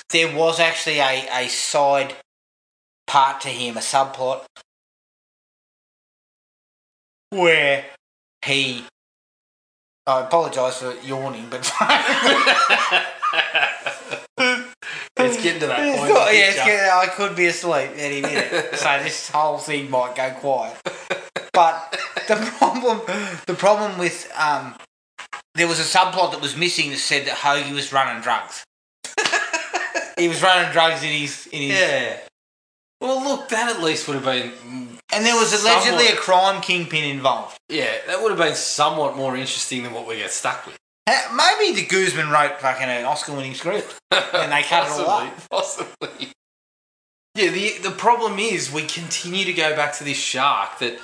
there was actually a, a side part to him, a subplot where he. I apologise for yawning, but it's getting to that It's point. in not- yeah, the it's picture. getting- I could be asleep any minute, so this whole thing might go quiet. But the problem, the problem with um, there was a subplot that was missing that said that Hoagie was running drugs. he was running drugs in his, in his yeah. Well, look, that at least would have been. and there was allegedly Somewhat. a crime kingpin involved. Yeah, that would have been somewhat more interesting than what we get stuck with. Ha- Maybe the Guzman wrote fucking an Oscar-winning script. And they cut it all up. Possibly. possibly. Yeah, the the problem is we continue to go back to this shark that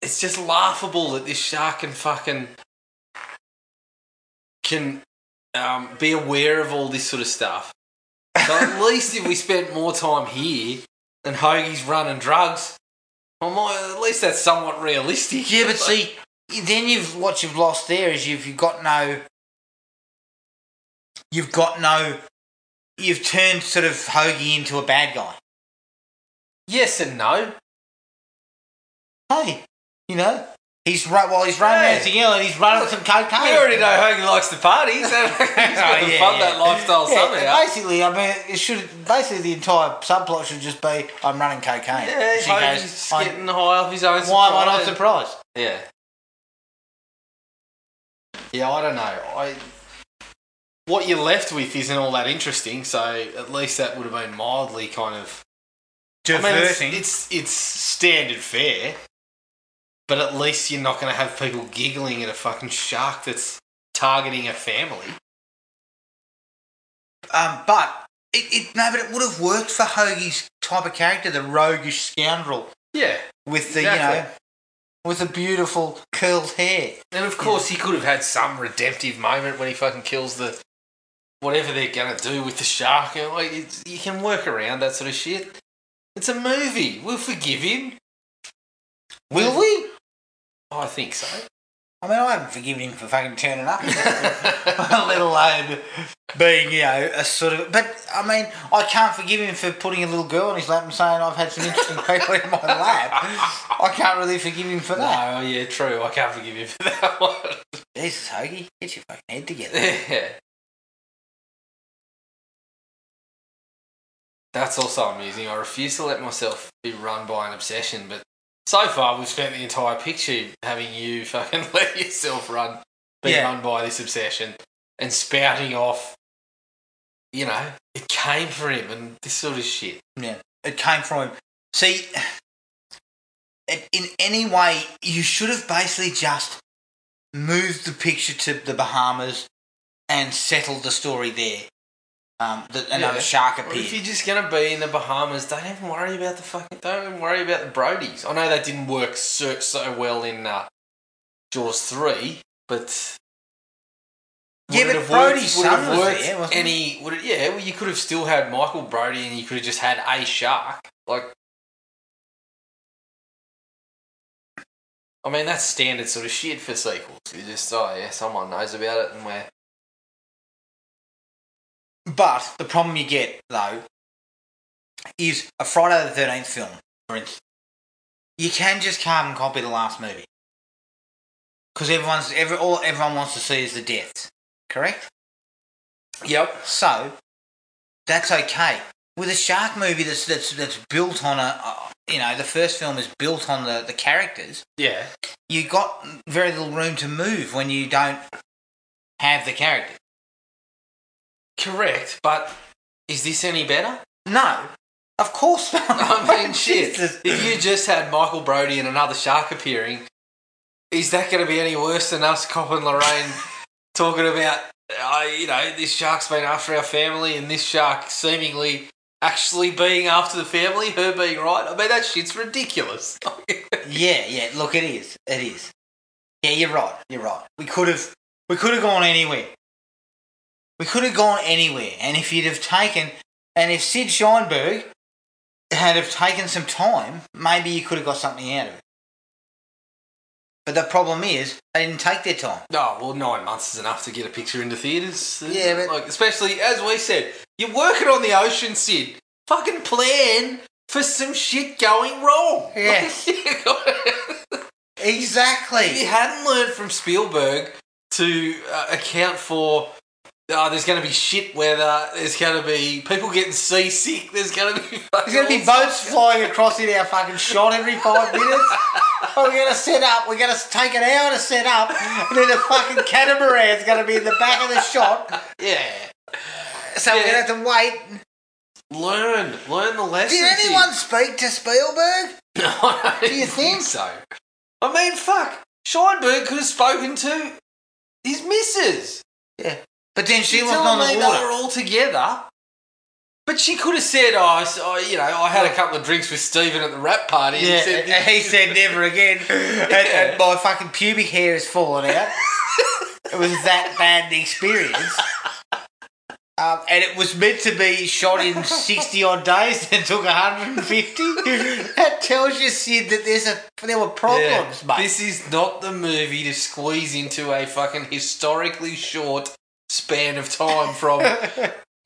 it's just laughable that this shark can fucking can um, be aware of all this sort of stuff. So at least if we spent more time here and Hoagie's running drugs, well, my, at least that's somewhat realistic. Yeah, but see, then you've what you've lost there is you've you've got no, you've got no, you've turned sort of Hoagie into a bad guy. yes and no. Hey, you know, He's run while he's running Yeah. around together. He's running some cocaine. We already know Hoagie likes to party, so he's got to Oh, yeah, fund that yeah. lifestyle Yeah, somehow. Basically, I mean, it should. Basically, the entire subplot should just be I'm running cocaine. Yeah, she Hoagie's goes, just "I'm- getting high off his own Why am I not supply. surprised? Yeah. Yeah, I don't know. I what you're left with isn't all that interesting, so at least that would have been mildly kind of I mean, it's, it's it's standard fare, but at least you're not going to have people giggling at a fucking shark that's targeting a family. um, but it, it no, but it would have worked for Hoagie's type of character, the roguish scoundrel Yeah, with the you know, Exactly. with the beautiful curled hair. and of course he could have had some redemptive moment when he fucking kills the whatever they're going to do with the shark. And like, it's, you can work around that sort of shit. It's a movie. We'll forgive him. Mm. Will we? Oh, I think so. I mean, I haven't forgiven him for fucking turning up. let alone being, you know, a sort of. But I mean, I can't forgive him for putting a little girl on his lap and saying I've had some interesting people in my lap. I can't really forgive him for that. no, yeah, true. I can't forgive him for that one. Jesus, Hoagie, get your fucking head together. Yeah. That's also amusing. I refuse to let myself be run by an obsession, but so far we've spent the entire picture having you fucking let yourself run, be Yeah. run by this obsession and spouting off, you know, it came for him and this sort of shit. Yeah, it came from him. See, it, in any way, you should have basically just moved the picture to the Bahamas and settled the story there. Um, that another Yeah. shark Or if appeared. you're just gonna be in the Bahamas, don't even worry about the fucking. Don't even worry about the Brodies. I know that didn't work so, so well in uh, Jaws three, but Yeah, would but it have worked- Brody's would it have son was worked there, wasn't any? Would it, yeah, well, you could have still had Michael Brody, and you could have just had a shark. Like, I mean, that's standard sort of shit for sequels. You just oh yeah, someone knows about it, and we're But the problem you get though is a Friday the Thirteenth film, for instance. You can just carbon and copy the last movie because everyone's every all everyone wants to see is the deaths, correct? yep. So that's okay with a shark movie that's that's that's built on a uh, you know the first film is built on the the characters. Yeah, You got very little room to move when you don't have the characters. correct. But is this any better? No, of course not. I mean, shit. Jesus. If you just had Michael Brody and another shark appearing, is that going to be any worse than us, Cop and Lorraine, talking about, uh, you know, this shark's been after our family and this shark seemingly actually being after the family, her being right? I mean, that shit's ridiculous. Yeah, yeah. Look, it is. It is. Yeah, you're right. You're right. We could have. We could have gone anywhere. We could have gone anywhere, and if you'd have taken, and if Sid Sheinberg had have taken some time, maybe you could have got something out of it. But the problem is, they didn't take their time. No, well, nine months is enough to get a picture into theatres. Yeah, but- like, especially as we said, you're working on the ocean, Sid. Fucking plan for some shit going wrong. Yeah. If you Exactly. hadn't learned from Spielberg to uh, account for uh, there's going to be shit weather, there's going to be people getting seasick, there's going to be There's gonna be boats flying across in our fucking shot every five minutes. Oh, we're gonna set up. We're gonna take an hour to set up, and then the fucking catamaran's gonna be in the back of the shot. yeah. So we're Yeah. gonna have to wait. Learn, learn the lesson. Did anyone speak to Spielberg? Do you think? so? I mean, fuck. Scheinberg could have spoken to his missus. But then she You're wasn't telling on the me They were water. all together. But she could have said, "Oh, I s- oh, you know, I had a couple of drinks with Stephen at the rap party." Yeah, and said, and he said never again. And, and my fucking pubic hair is falling out. it was that bad an experience. Um, and it was meant to be shot in 60 odd days and took 150. that tells you, Sid, that there's a, there were problems, Yeah, mate. This is not the movie to squeeze into a fucking historically short span of time from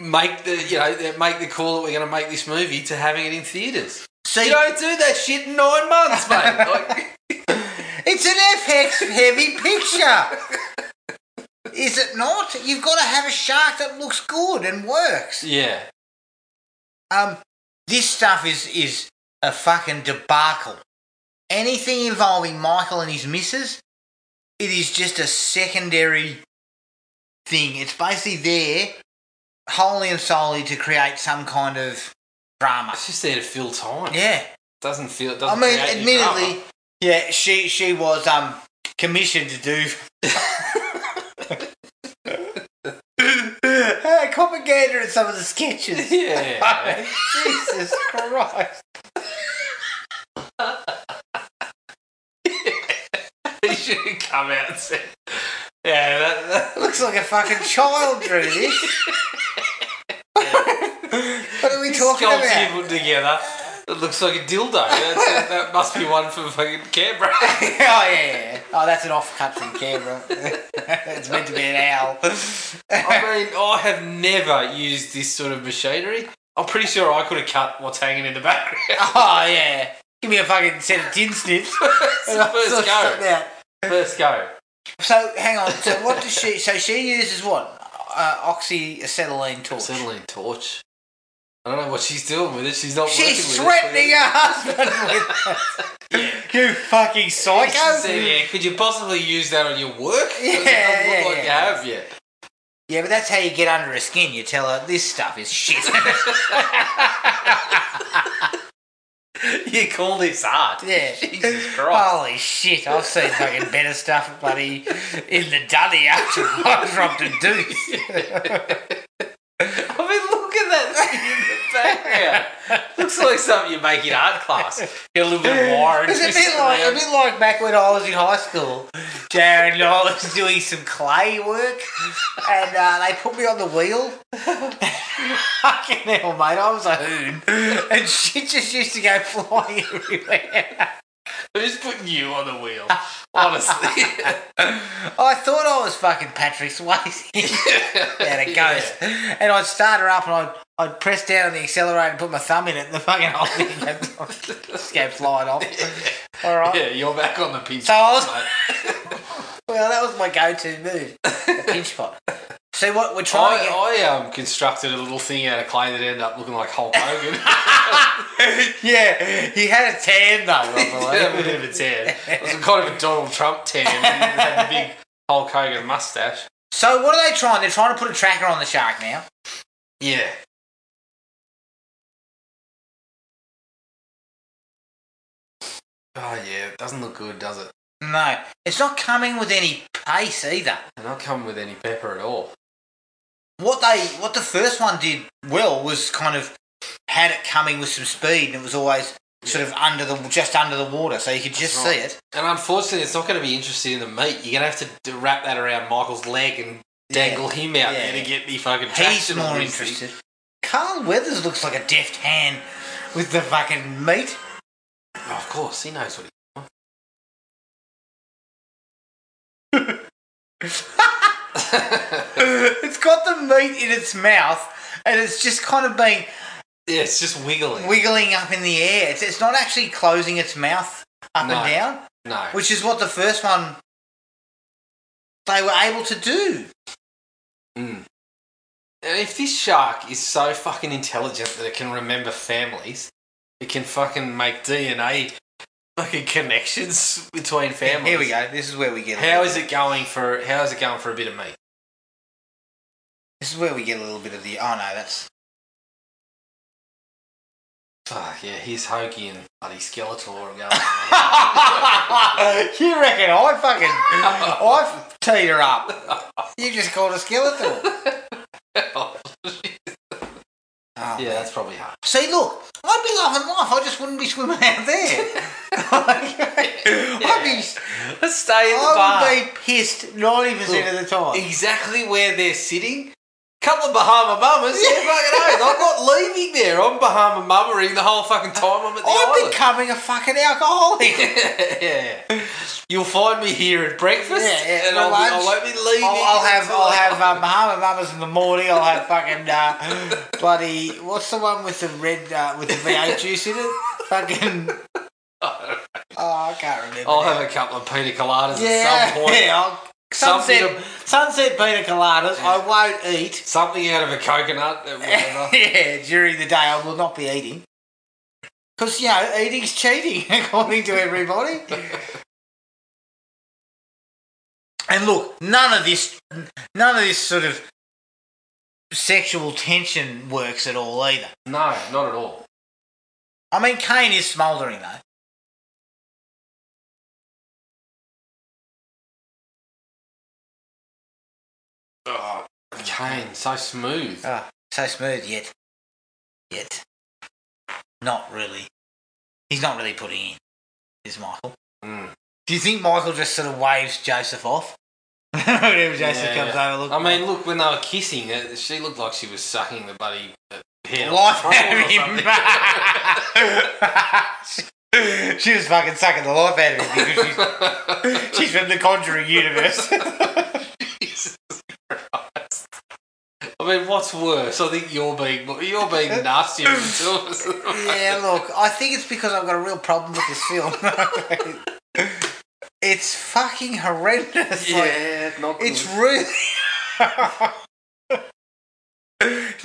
make the you know make the call that we're going to make this movie to having it in theaters. See, You don't do that shit in nine months, mate. Like, It It's an FX heavy picture. Is it not? You've got to have a shark that looks good and works. Yeah. Um, this stuff is is a fucking debacle. Anything involving Michael and his missus, it is just a secondary thing. It's basically there wholly and solely to create some kind of drama. It's just there to fill time. Yeah. Doesn't feel. It I doesn't mean, create any admittedly, drama. yeah, she she was um commissioned to do. hey, propaganda in some of the sketches. Yeah. Jesus Christ. he should have come out and said, "Yeah, that, that Looks like a fucking child drew this. what are we talking sculpture about? you put together. It looks like a dildo. That's, that must be one for fucking Canberra. oh yeah, yeah. Oh, that's an off cut from Canberra. it's meant to be an owl. Oh, I mean, I have never used this sort of machinery. I'm pretty sure I could have cut what's hanging in the background. oh yeah. Give me a fucking set of tin snips. It's the Sort first something go. out. First go. So hang on. So what does she? So she uses what? Uh, oxyacetylene torch. Acetylene torch. I don't know what she's doing with it. She's not She's working with it. threatening her husband with you fucking Like she psycho. said, yeah, could you possibly use that on your work? 'Cause it doesn't Yeah, look yeah, like you yeah. have yet. Yeah, but that's how you get under her skin. You tell her this stuff is shit. you call this art? yeah. Oh, Jesus Christ. Holy shit! I've seen fucking better stuff, bloody, in the dunny after I dropped a deuce. I mean, look at that thing in the background. Looks like something you make in art class. Get a little bit of wire and It's a twist bit it like a around. bit like back when I was in high school. Jared and I was doing some clay work, and uh, they put me on the wheel. Fucking hell, mate! I was a hoon, and shit just used to go flying everywhere. Who's putting you on the wheel? Honestly. I thought I was fucking Patrick Swayze. There it goes, and I'd start her up, and I'd I'd press down on the accelerator and put my thumb in it, and the fucking whole thing Yeah. just came flying off. All right. Yeah, you're back on the pinch. So I was- spot, mate. Well, that was my go-to move, a pinch pot. So what we're trying to get. I, I um, constructed a little thing out of clay that ended up looking like Hulk Hogan. yeah, he had a tan though. Yeah, a I bit of a tan. It was kind of a Donald Trump tan. He had the big Hulk Hogan mustache. so what are they trying? They're trying to put a tracker on the shark now. Yeah. Oh yeah, it doesn't look good, does it? No, it's not coming with any pace either. And not come with any pepper at all. What they, what the first one did well was kind of had it coming with some speed, and it was always sort of under the, just under the water, so you could just right. see it. And unfortunately, it's not going to be interested in the meat. You're going to have to d- wrap that around Michael's leg and dangle him out Yeah. there to get me fucking He's traction on more this thing. interested. Carl Weathers looks like a deft hand with the fucking meat. Oh, of course, he knows what he. it's got the meat in its mouth, and it's just kind of being Yeah, it's just wiggling. wiggling up in the air. It's, it's not actually closing its mouth up No. and down, no. which is what the first one they were able to do. Mm. And if this shark is so fucking intelligent that it can remember families, it can fucking make DNA fucking connections between families. Here we go. This is where we get. a How little- is it going for? How is it going for a bit of meat? This is where we get a little bit of the. Oh no, that's Fuck yeah, here's Hoagie and bloody Skeletor going. you reckon I fucking I teed her up. You just called a skeleton. Oh, yeah, that's probably hard. See, look, I'd be loving life. I just wouldn't be swimming out there. I'd be, Let's stay in the bar. I would be pissed ninety percent of the time. exactly where they're sitting. Couple of Bahama Mamas, yeah, fucking oath. I'm not leaving there. I'm Bahama Mummering the whole fucking time I'm at the I'm island. becoming a fucking alcoholic. yeah. You'll find me here at breakfast, Yeah, yeah, and for I'll, be, I lunch, won't be leaving. I'll, I'll have until I'll I- have um, Bahama Mamas in the morning. I'll have fucking uh, bloody what's the one with the red uh, with the V8 juice in it? Fucking Oh, I can't remember. I'll now. have a couple of pina coladas yeah, at some point. yeah. I'll- Something sunset, sunset pina coladas. I won't eat. Something out of a coconut. or whatever. yeah, during the day I will not be eating. Because, you know, eating's cheating, according to everybody. and look, none of this, none of this sort of sexual tension works at all either. no, not at all. I mean, Kane is smouldering though. Oh, Kane, so smooth. Ah, so smooth yet, yet not really. He's not really putting in. Is Michael? Mm. Do you think Michael just sort of waves Joseph off? Whenever Joseph Yeah, comes over, look. I mean, look, when they were kissing, uh, she looked like she was sucking the bloody uh, hair. life off out of Trump him. she was fucking sucking the life out of him or because something. she's, she's from the Conjuring universe. Jesus Christ. I mean, what's worse? I think you're being you're being nastier than two of us. yeah, look, I think it's because I've got a real problem with this film. it's fucking horrendous. like, Yeah, not good. It's really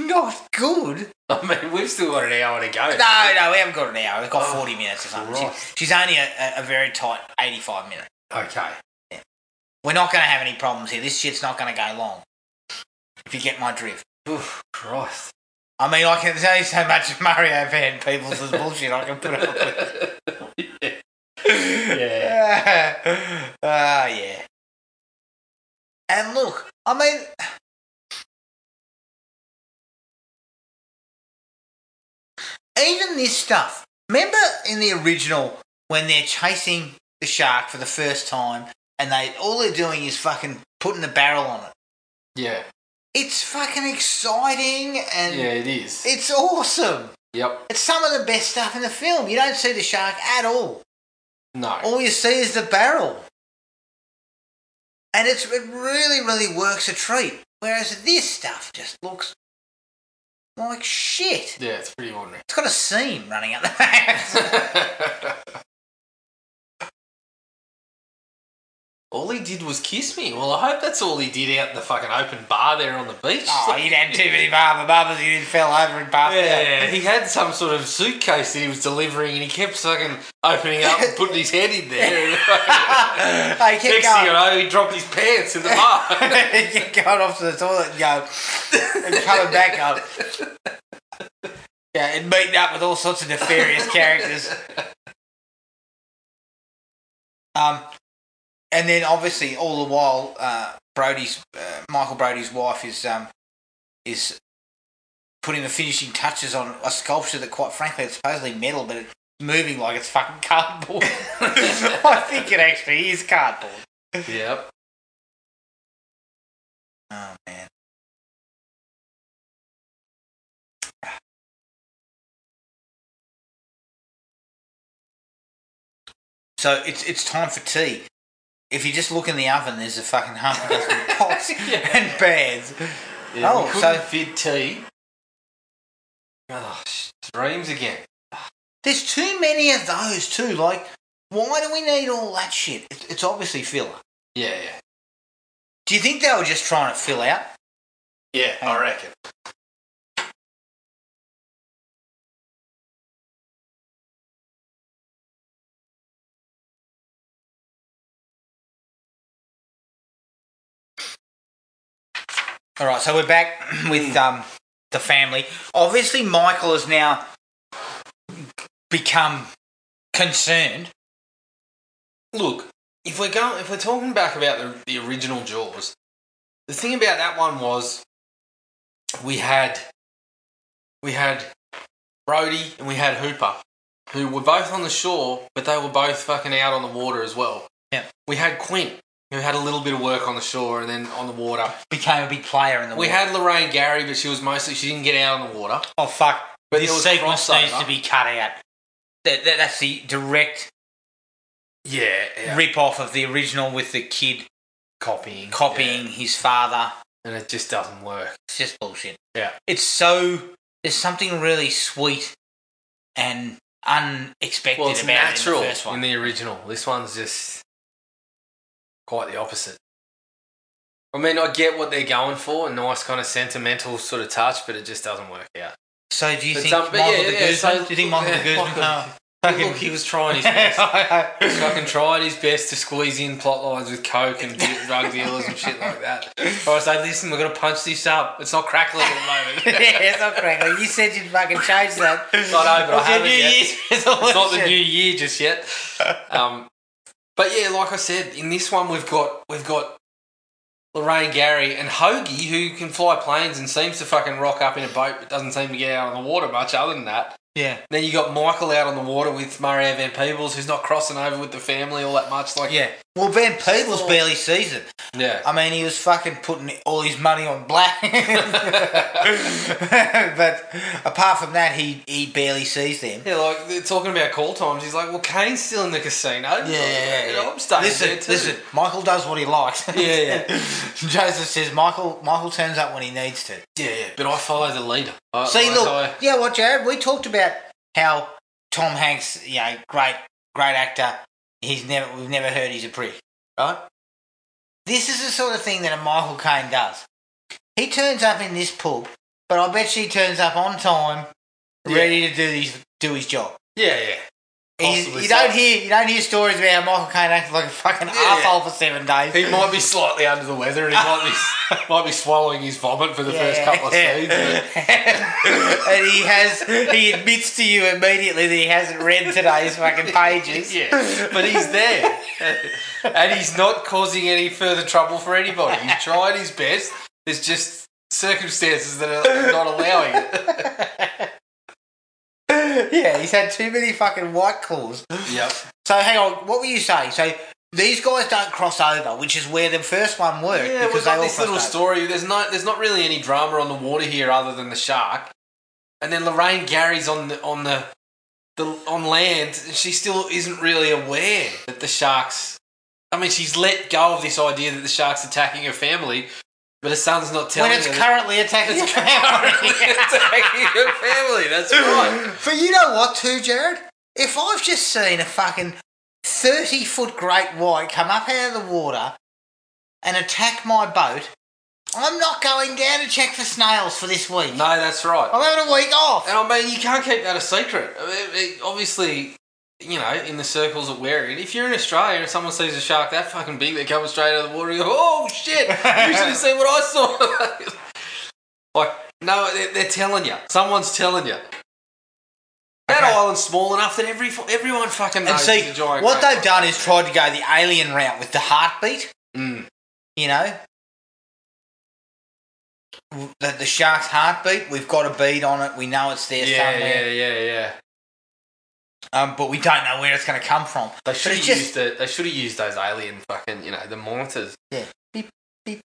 not good. I mean, we've still got an hour to go. No, no, we haven't got an hour. We've got Oh, 40 minutes or something. She- Christ. she's only a, a- a very tight 85 minutes. Okay. We're not going to have any problems here. This shit's not going to go long. If you get my drift. Oof, Christ. I mean, I can tell you so much Mario Van Peebles is bullshit. I can put up with. yeah. Ah, yeah. And look, I mean, even this stuff. Remember in the original when they're chasing the shark for the first time, and they all they're doing is fucking putting the barrel on it. Yeah. It's fucking exciting and Yeah, it is. it's awesome. Yep. It's some of the best stuff in the film. You don't see the shark at all. No. All you see is the barrel. And it's, it really, really works a treat. Whereas this stuff just looks like shit. Yeah, it's pretty ordinary. It's got a seam running out the back. all all he did was kiss me. Well, I hope that's all he did out in the fucking open bar there on the beach. Oh, he'd had too many barber barbers. He didn't fell over and passed Yeah, out. he had some sort of suitcase that he was delivering, and he kept fucking opening up and putting his head in there. I kept Next thing you going. know, he dropped his pants in the bar. he kept going off to the toilet and go and coming back up. Yeah, and meeting up with all sorts of nefarious characters. Um, and then obviously all the while, uh, Brody's uh, Michael Brody's wife is um, is putting the finishing touches on a sculpture that, quite frankly, it's supposedly metal, but it's moving like it's fucking cardboard. I think it actually is cardboard. yep. Oh man. So it's it's time for tea. If you just look in the oven, there's a fucking half a dozen pots Yeah. and pans. Yeah, Oh, we so- couldn't fit tea. Oh, sh- dreams again. There's too many of those too. Like, why do we need all that shit? It's, it's obviously filler. Yeah, yeah. Do you think they were just trying to fill out? Yeah, I reckon. All right, so we're back with Hmm. um, the family. Obviously, Michael has now become concerned. Look, if we're going, if we're talking back about the, the original Jaws, the thing about that one was we had we had Brody and we had Hooper, who were both on the shore, but they were both fucking out on the water as well. Yeah. we had Quint, who had a little bit of work on the shore and then on the water. Became a big player in the We world. had Lorraine Gary, but she was mostly she didn't get out on the water. Oh fuck! But there this was sequence crossover. needs to be cut out. That, that, that's the direct Yeah, rip off of the original with the kid copying, copying his father. and it just doesn't work. It's just bullshit. Yeah. It's so there's something really sweet and unexpected Well, it's about natural it in the first one. original. This one's just quite the opposite. I mean, I get what they're going for, a nice kind of sentimental sort of touch, but it just doesn't work out. so do you But think some- but Michael yeah, de yeah, Guzman? so- do you think Michael yeah, de Guzman? Michael- can't- Look, he was trying his best. He's fucking tried his best to squeeze in plot lines with coke and di- drug dealers and shit like that. I was like, listen, we've got to punch this up. It's not crackling at the moment. yeah, it's not correct. You said you'd fucking change that. I know, but I What's your haven't New yet. Year's it's not the resolution? new year just yet. Um, but yeah, like I said, in this one we've got we've got Lorraine Gary and Hoagie who can fly planes and seems to fucking rock up in a boat but doesn't seem to get out on the water much other than that. Yeah, Then you got Michael out on the water with Maria Van Peebles who's not crossing over with the family all that much. Like yeah. Well, Van Peebles barely sees it. yeah. I mean, he was fucking putting all his money on black. but apart from that, he, he barely sees them. Yeah, like they're talking about call times. He's like, "Well, Kane's still in the casino. You know, I'm staying Listen, there too." listen. Michael does what he likes. Yeah, yeah. Joseph says Michael. Michael turns up when he needs to. yeah, yeah. But I follow the leader. I- See, like, look, I- yeah, well, Jared, we talked about how Tom Hanks, you know, great, great actor. He's never, we've never heard he's a prick, right? This is the sort of thing that a Michael Caine does. He turns up in this pub, but I bet she turns up on time, Yeah. ready to do his do his job. yeah, yeah. He's- Possibly you so. don't hear you don't hear stories about how Michael Caine acted like a fucking Yeah. asshole for seven days. He might be slightly under the weather and he might be might be swallowing his vomit for the first couple of scenes. but- and he has he admits to you immediately that he hasn't read today's fucking pages. Yeah, but he's there, and he's not causing any further trouble for anybody. He's tried his best. There's just circumstances that are not allowing it. Yeah, he's had too many fucking white claws. Yep. So hang on, what were you saying? So these guys don't cross over, which is where the first one worked Yeah, because we've they got all this little crossed over. story. There's not there's not really any drama on the water here other than the shark. And then Lorraine Gary's on the on the, the on land. She still isn't really aware that the sharks. I mean, she's let go of this idea that the sharks attacking her family, but her son's not telling when it's her. that currently attacking it's your currently attacking her family. That's right. But you know what, too, Jared? If I've just seen a fucking 30 foot great white come up out of the water and attack my boat, I'm not going down to check for snails for this week. No, that's right. I'm having a week off. And I mean, you can't keep that a secret. I mean, it- obviously, you know, in the circles that we're in, if you're in Australia and someone sees a shark that fucking big that comes straight out of the water, you go, oh shit, you should have seen what I saw. like, no, they're, they're telling you. Someone's telling you. That Okay. island's small enough that every everyone fucking knows And see, it's a giant what great they've done white. is tried to go the alien route with the heartbeat, Mm. you know? The, the shark's heartbeat, we've got a bead on it, we know it's there Yeah, somewhere, yeah, yeah, yeah. Um, but we don't know where it's going to come from. They But should have it's just- used the, They should have used those alien fucking, you know, the monitors. Yeah. Beep, beep.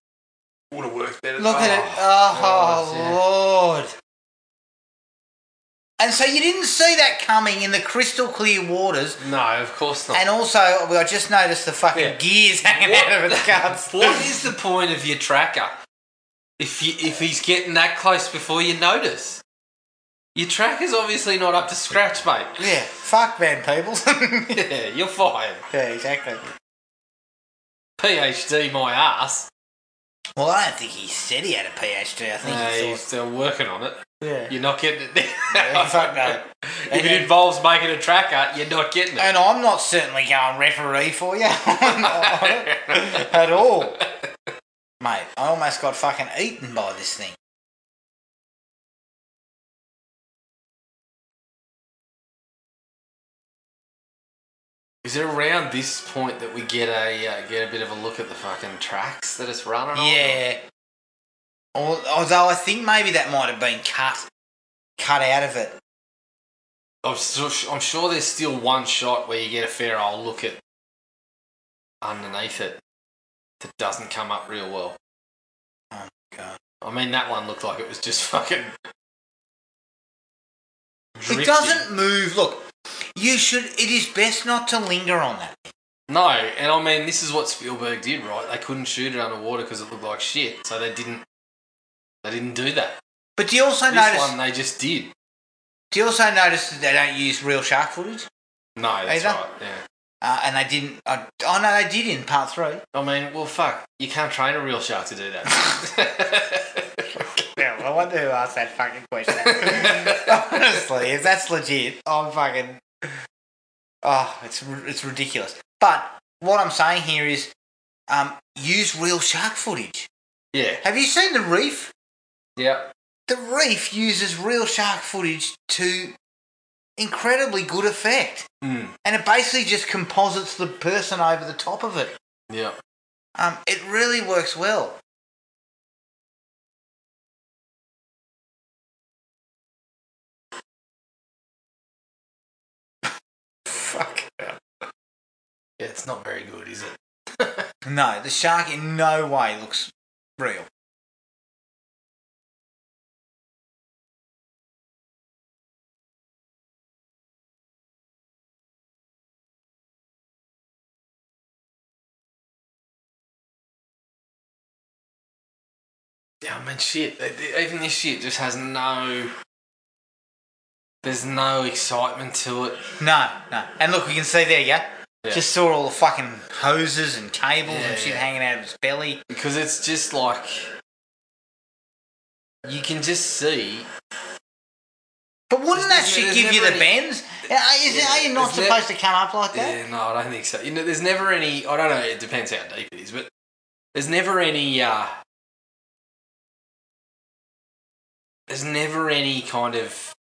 Would have worked better. Look at it. Oh. Oh, God, yeah. Lord. And so you didn't see that coming in the crystal clear waters. No, of course not. And also, well, I just noticed the fucking Oh. Yeah. gears hanging out of its guts. what is the point of your tracker if you, if he's getting that close before you notice? Your tracker's obviously not up to scratch, mate. Yeah, fuck Van Peebles. Yeah, you're fired. yeah, exactly. PhD my ass. Well, I don't think he said he had a PhD. I think Uh, he he's thought. still working on it. Yeah. You're not getting it there. Yeah, fuck no. If And it then- involves making a tracker, you're not getting it. And I'm not certainly going referee for you on- on it. at all. Mate, I almost got fucking eaten by this thing. Is it around this point that we get a uh, get a bit of a look at the fucking tracks that it's running on? Yeah. Al- Although I think maybe that might have been cut, cut out of it. I'm, so, I'm sure there's still one shot where you get a fair old look at underneath it that doesn't come up real well. Oh, God. I mean, that one looked like it was just fucking. It drifting. doesn't move. Look, you should. It is best not to linger on that. No, and I mean, this is what Spielberg did, right? They couldn't shoot it underwater because it looked like shit, so they didn't. They didn't do that. But do you also this notice? one they just did. Do you also notice that they don't use real shark footage? No, that's Either. right. Yeah. Uh, and they didn't. I, oh no, they did in part three. I mean, well, fuck. You can't train a real shark to do that. Yeah, I wonder who asked that fucking question. Honestly, if that's legit, I'm fucking. Oh, it's ri- it's ridiculous. But what I'm saying here is, um, use real shark footage. yeah. Have you seen the reef? Yeah. The reef uses real shark footage to incredibly good effect, Mm. and it basically just composites the person over the top of it. Yeah. Um, it really works well. Fuck. Yeah, it's not very good, is it? No, the shark in no way looks real. Yeah, I mean, shit. e- e- Even this shit just has no. There's no excitement to it. No, no. And look, we can see there, yeah? Yeah. Just saw all the fucking hoses and cables Yeah, and shit yeah. hanging out of its belly. Because it's just like. You can just see. But wouldn't that There's- shit there's give you never the any- bends? Yeah, Is, Yeah, are you not there's ne- supposed to come up like that? Yeah, no, I don't think so. You know, there's never any. I don't know, it depends how deep it is, but there's never any. uh There's never any kind of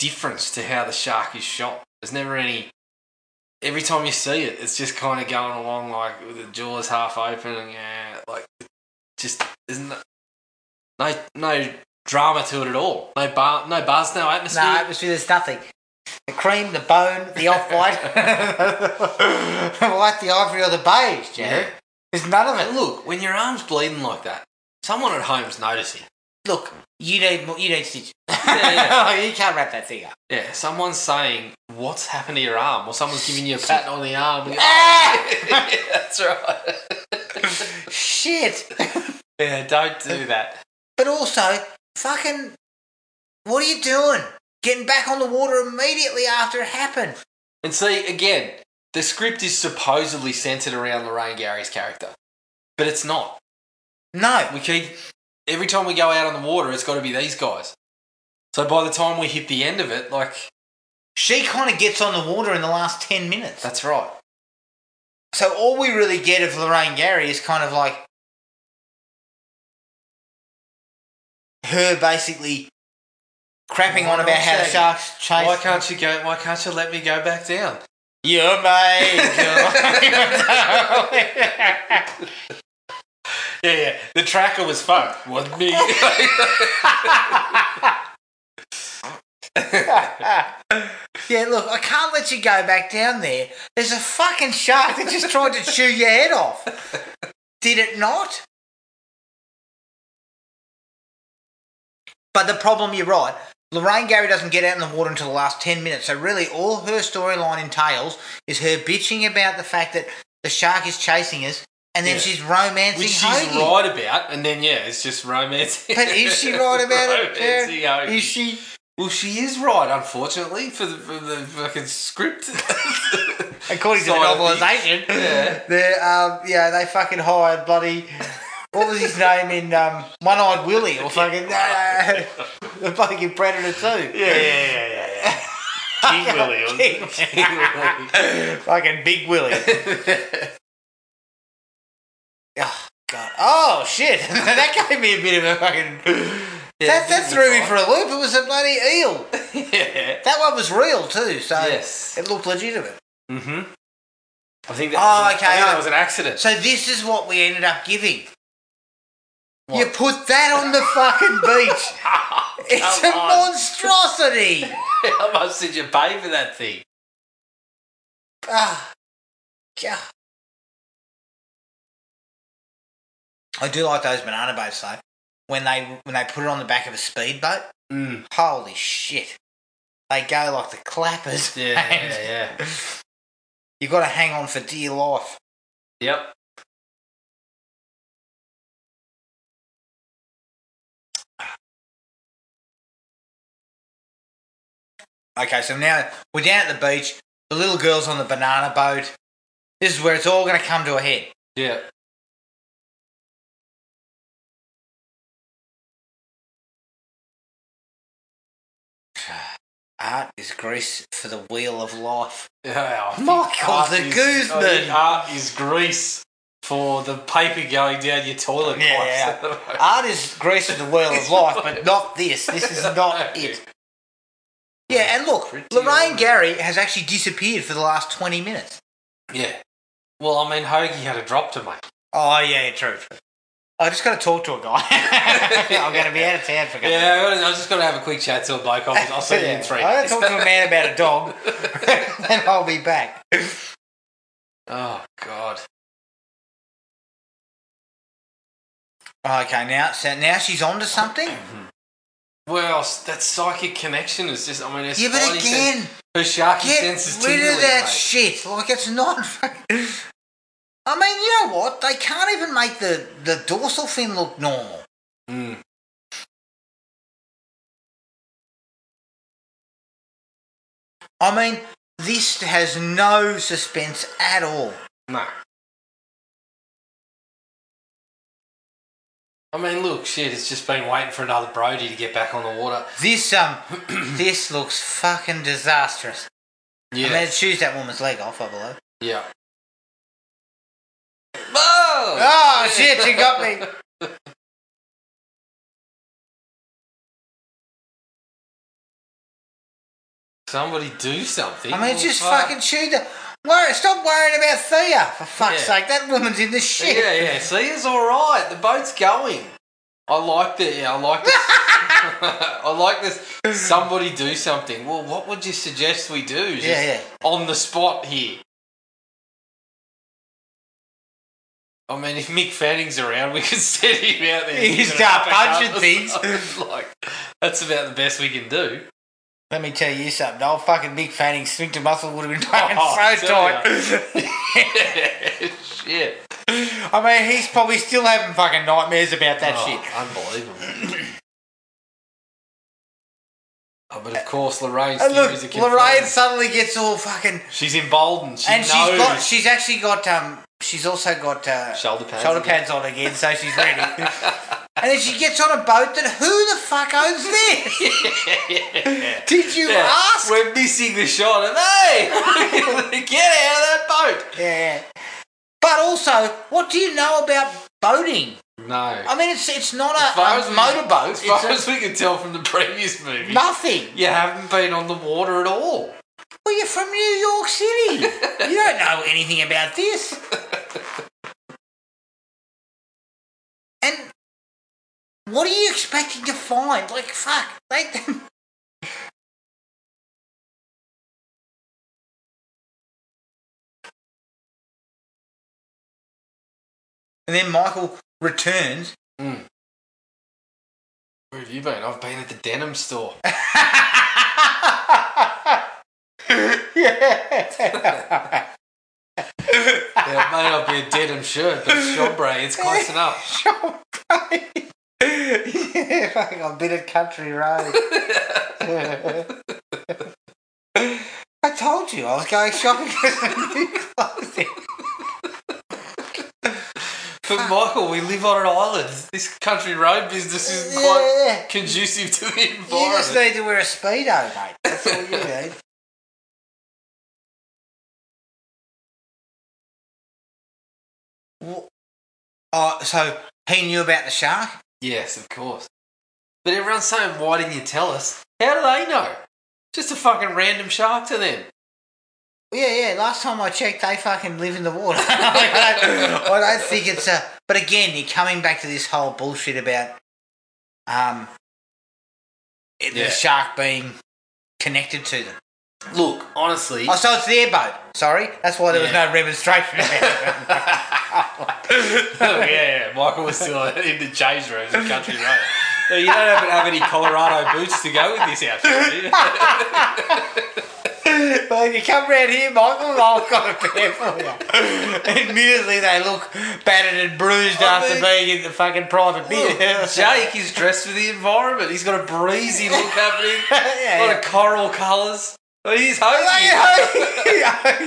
difference to how the shark is shot. There's never any. Every time you see it, it's just kind of going along like with the jaws half open and yeah, like just isn't no no drama to it at all. No bar, no buzz, no atmosphere. No, atmosphere, there's nothing. The cream, the bone, the off white, the white, the ivory, or the beige, Jared. yeah. There's none of it. But look, when your arm's bleeding like that, someone at home's noticing. Look, you need more, you need stitches. Yeah, you can't wrap that thing up. Yeah, someone's saying, "What's happened to your arm?" or someone's giving you a pat on the arm. and you- Ah! Yeah, that's right. Shit. Yeah, don't do that. But also, fucking, what are you doing? Getting back on the water immediately after it happened. And see, again, the script is supposedly centered around Lorraine Gary's character, but it's not. No. We keep every time we go out on the water, it's got to be these guys. So by the time we hit the end of it, like She kind of gets on the water in the last 10 minutes. that's right. So all we really get of Lorraine Gary is kind of like her basically crapping Why on not about how the shaggy? sharks chase. Why can't you go? Why can't you let me go back down? You're my angel. Yeah, yeah. The tracker was fucked. Wasn't me. yeah, look, I can't let you go back down there. There's a fucking shark that just tried to chew your head off. Did it not? But the problem, you're right. Lorraine Gary doesn't get out in the water until the last 10 minutes, so really all her storyline entails is her bitching about the fact that the shark is chasing us and then Yeah. she's romancing Which she's Hoagie. right about, and then yeah, it's just romance. But is she right about it? Romancing Jared? Hoagie. Is she? well, she is right, unfortunately, for the, for the fucking script. According to the Side of novelisation, Yeah. they um, yeah, they fucking hired bloody what was his name in um, One Eyed Willie or fucking uh, the fucking Predator too. yeah, yeah, yeah, yeah. yeah. King Willy. wasn't it? King. King Willy. fucking Big Willie. Oh god. Oh shit. that gave me a bit of a fucking. Yeah, that that Big threw me Willy. for a loop. It was a bloody eel. yeah. That one was real too, so Yes. it looked legitimate. Mm-hmm. I think that. Oh, was an- okay, I think I- that was an accident. So this is what we ended up giving. What? You put that on the fucking beach. It's Come a on. monstrosity. How much did you pay for that thing? Ah, yeah. I do like those banana boats though. When they when they put it on the back of a speedboat, Mm. holy shit! They go like the clappers. Yeah, yeah, yeah. You got to hang on for dear life. Yep. Okay, so now we're down at the beach. The little girl's on the banana boat. This is where it's all going to come to a head. Yeah. Art is grease for the wheel of life. Yeah, Oh, I think Michael art the is- Gooseman. I think Art is grease for the paper going down your toilet Yeah, pipes. Art is grease for the wheel of life, but not this. This is not it. Yeah, and look, Pretty Lorraine old. Gary has actually disappeared for the last 20 minutes. Yeah. Well, I mean, Hoagie had a drop to make. Oh, yeah, true. true. I just got to talk to a guy. I'm going to be out of town for a couple of Yeah, I gotta- I was just going to have a quick chat to a bloke office. I'll see you in three I days. gotta talk to a man about a dog, and I'll be back. oh, God. Okay, now so now she's onto something. Well, s- that psychic connection is just, I mean, it's yeah, but again, her sharky get senses rid of tingling, that mate. shit. Like it's not. fucking- I mean, you know what? They can't even make the the dorsal fin look normal. Mm. I mean, this has no suspense at all. No. I mean, look, shit, it's just been waiting for another Brody to get back on the water. This um, this looks fucking disastrous. Yeah. I mean, it chews that woman's leg off, I believe. yeah. Oh! Oh shit! You got me. Somebody do something. I mean, Well, just fuck. fucking shoot the. Worry, stop worrying about Thea, for fuck's Yeah. sake. That woman's in the shit. Yeah, yeah. See, it's all right. The boat's going. I like that. Yeah, I like this. I like this. Somebody do something. Well, what would you suggest we do? Just Yeah, yeah. On the spot here. I mean, if Mick Fanning's around, we could send him out there. He's Give it got a crack bunch up of or things. something. like, that's about the best we can do. Let me tell you something. Old fucking Big Fanning sphincter muscle would have been fucking Oh, I so tell tight. Shit. I mean, he's probably still having fucking nightmares about that Oh, shit. Unbelievable. oh, but of course, Lorraine's And theories are look, confirmed. Lorraine suddenly gets all fucking. She's emboldened. She and knows. she's got. She's actually got. um. She's also got uh, shoulder pads. shoulder again. pads on again, so she's ready. and then she gets on a boat that who the fuck owns this? yeah. Did you ask? We're missing the shot, and hey, get out of that Yeah. But also, what do you know about boating? boat. No. I mean, it's it's not As a, far a as we- motorboat. As far it's as we can tell from the previous movie, a, nothing. you haven't been on the water at all. Well, you're from New York City. you don't know anything about this. and what are you expecting to find? Like, fuck. Like, and then Michael returns Where have you been? I've been at the denim store. yeah. Yeah, it may not be a denim shirt, but it's chambray. It's close enough. Sure, mate. yeah, fucking I've been at Country Road. I told you I was going shopping for some new clothing. But Michael, we live on an island. This country road business isn't quite Yeah. conducive to the You environment. just need to wear a Speedo, mate. That's all you need. Wha- Oh, so he knew about the shark? yes, of course. But everyone's saying, why didn't you tell us? How do they know? Just a fucking random shark to them. Yeah, yeah. Last time I checked, they fucking live in the water. I, don't, I don't think it's a. But again, you're coming back to this whole bullshit about um it- Yeah. the shark being connected to them. Look, honestly. Oh, so it's their boat. Sorry, that's why there Yeah. was no remonstration. About it. Oh, yeah, yeah, Michael was still in the change rooms at Country Road. So you don't have, have any Colorado boots to go with this outfit. do you? well, if you come round here, Michael, I've got a pair for you. Admittedly, they look battered and bruised I after mean- being in the fucking private Look, bit. Jake is dressed for the environment. He's got a breezy look happening. Yeah, a lot yeah. of coral colours. Well, He's hosting. you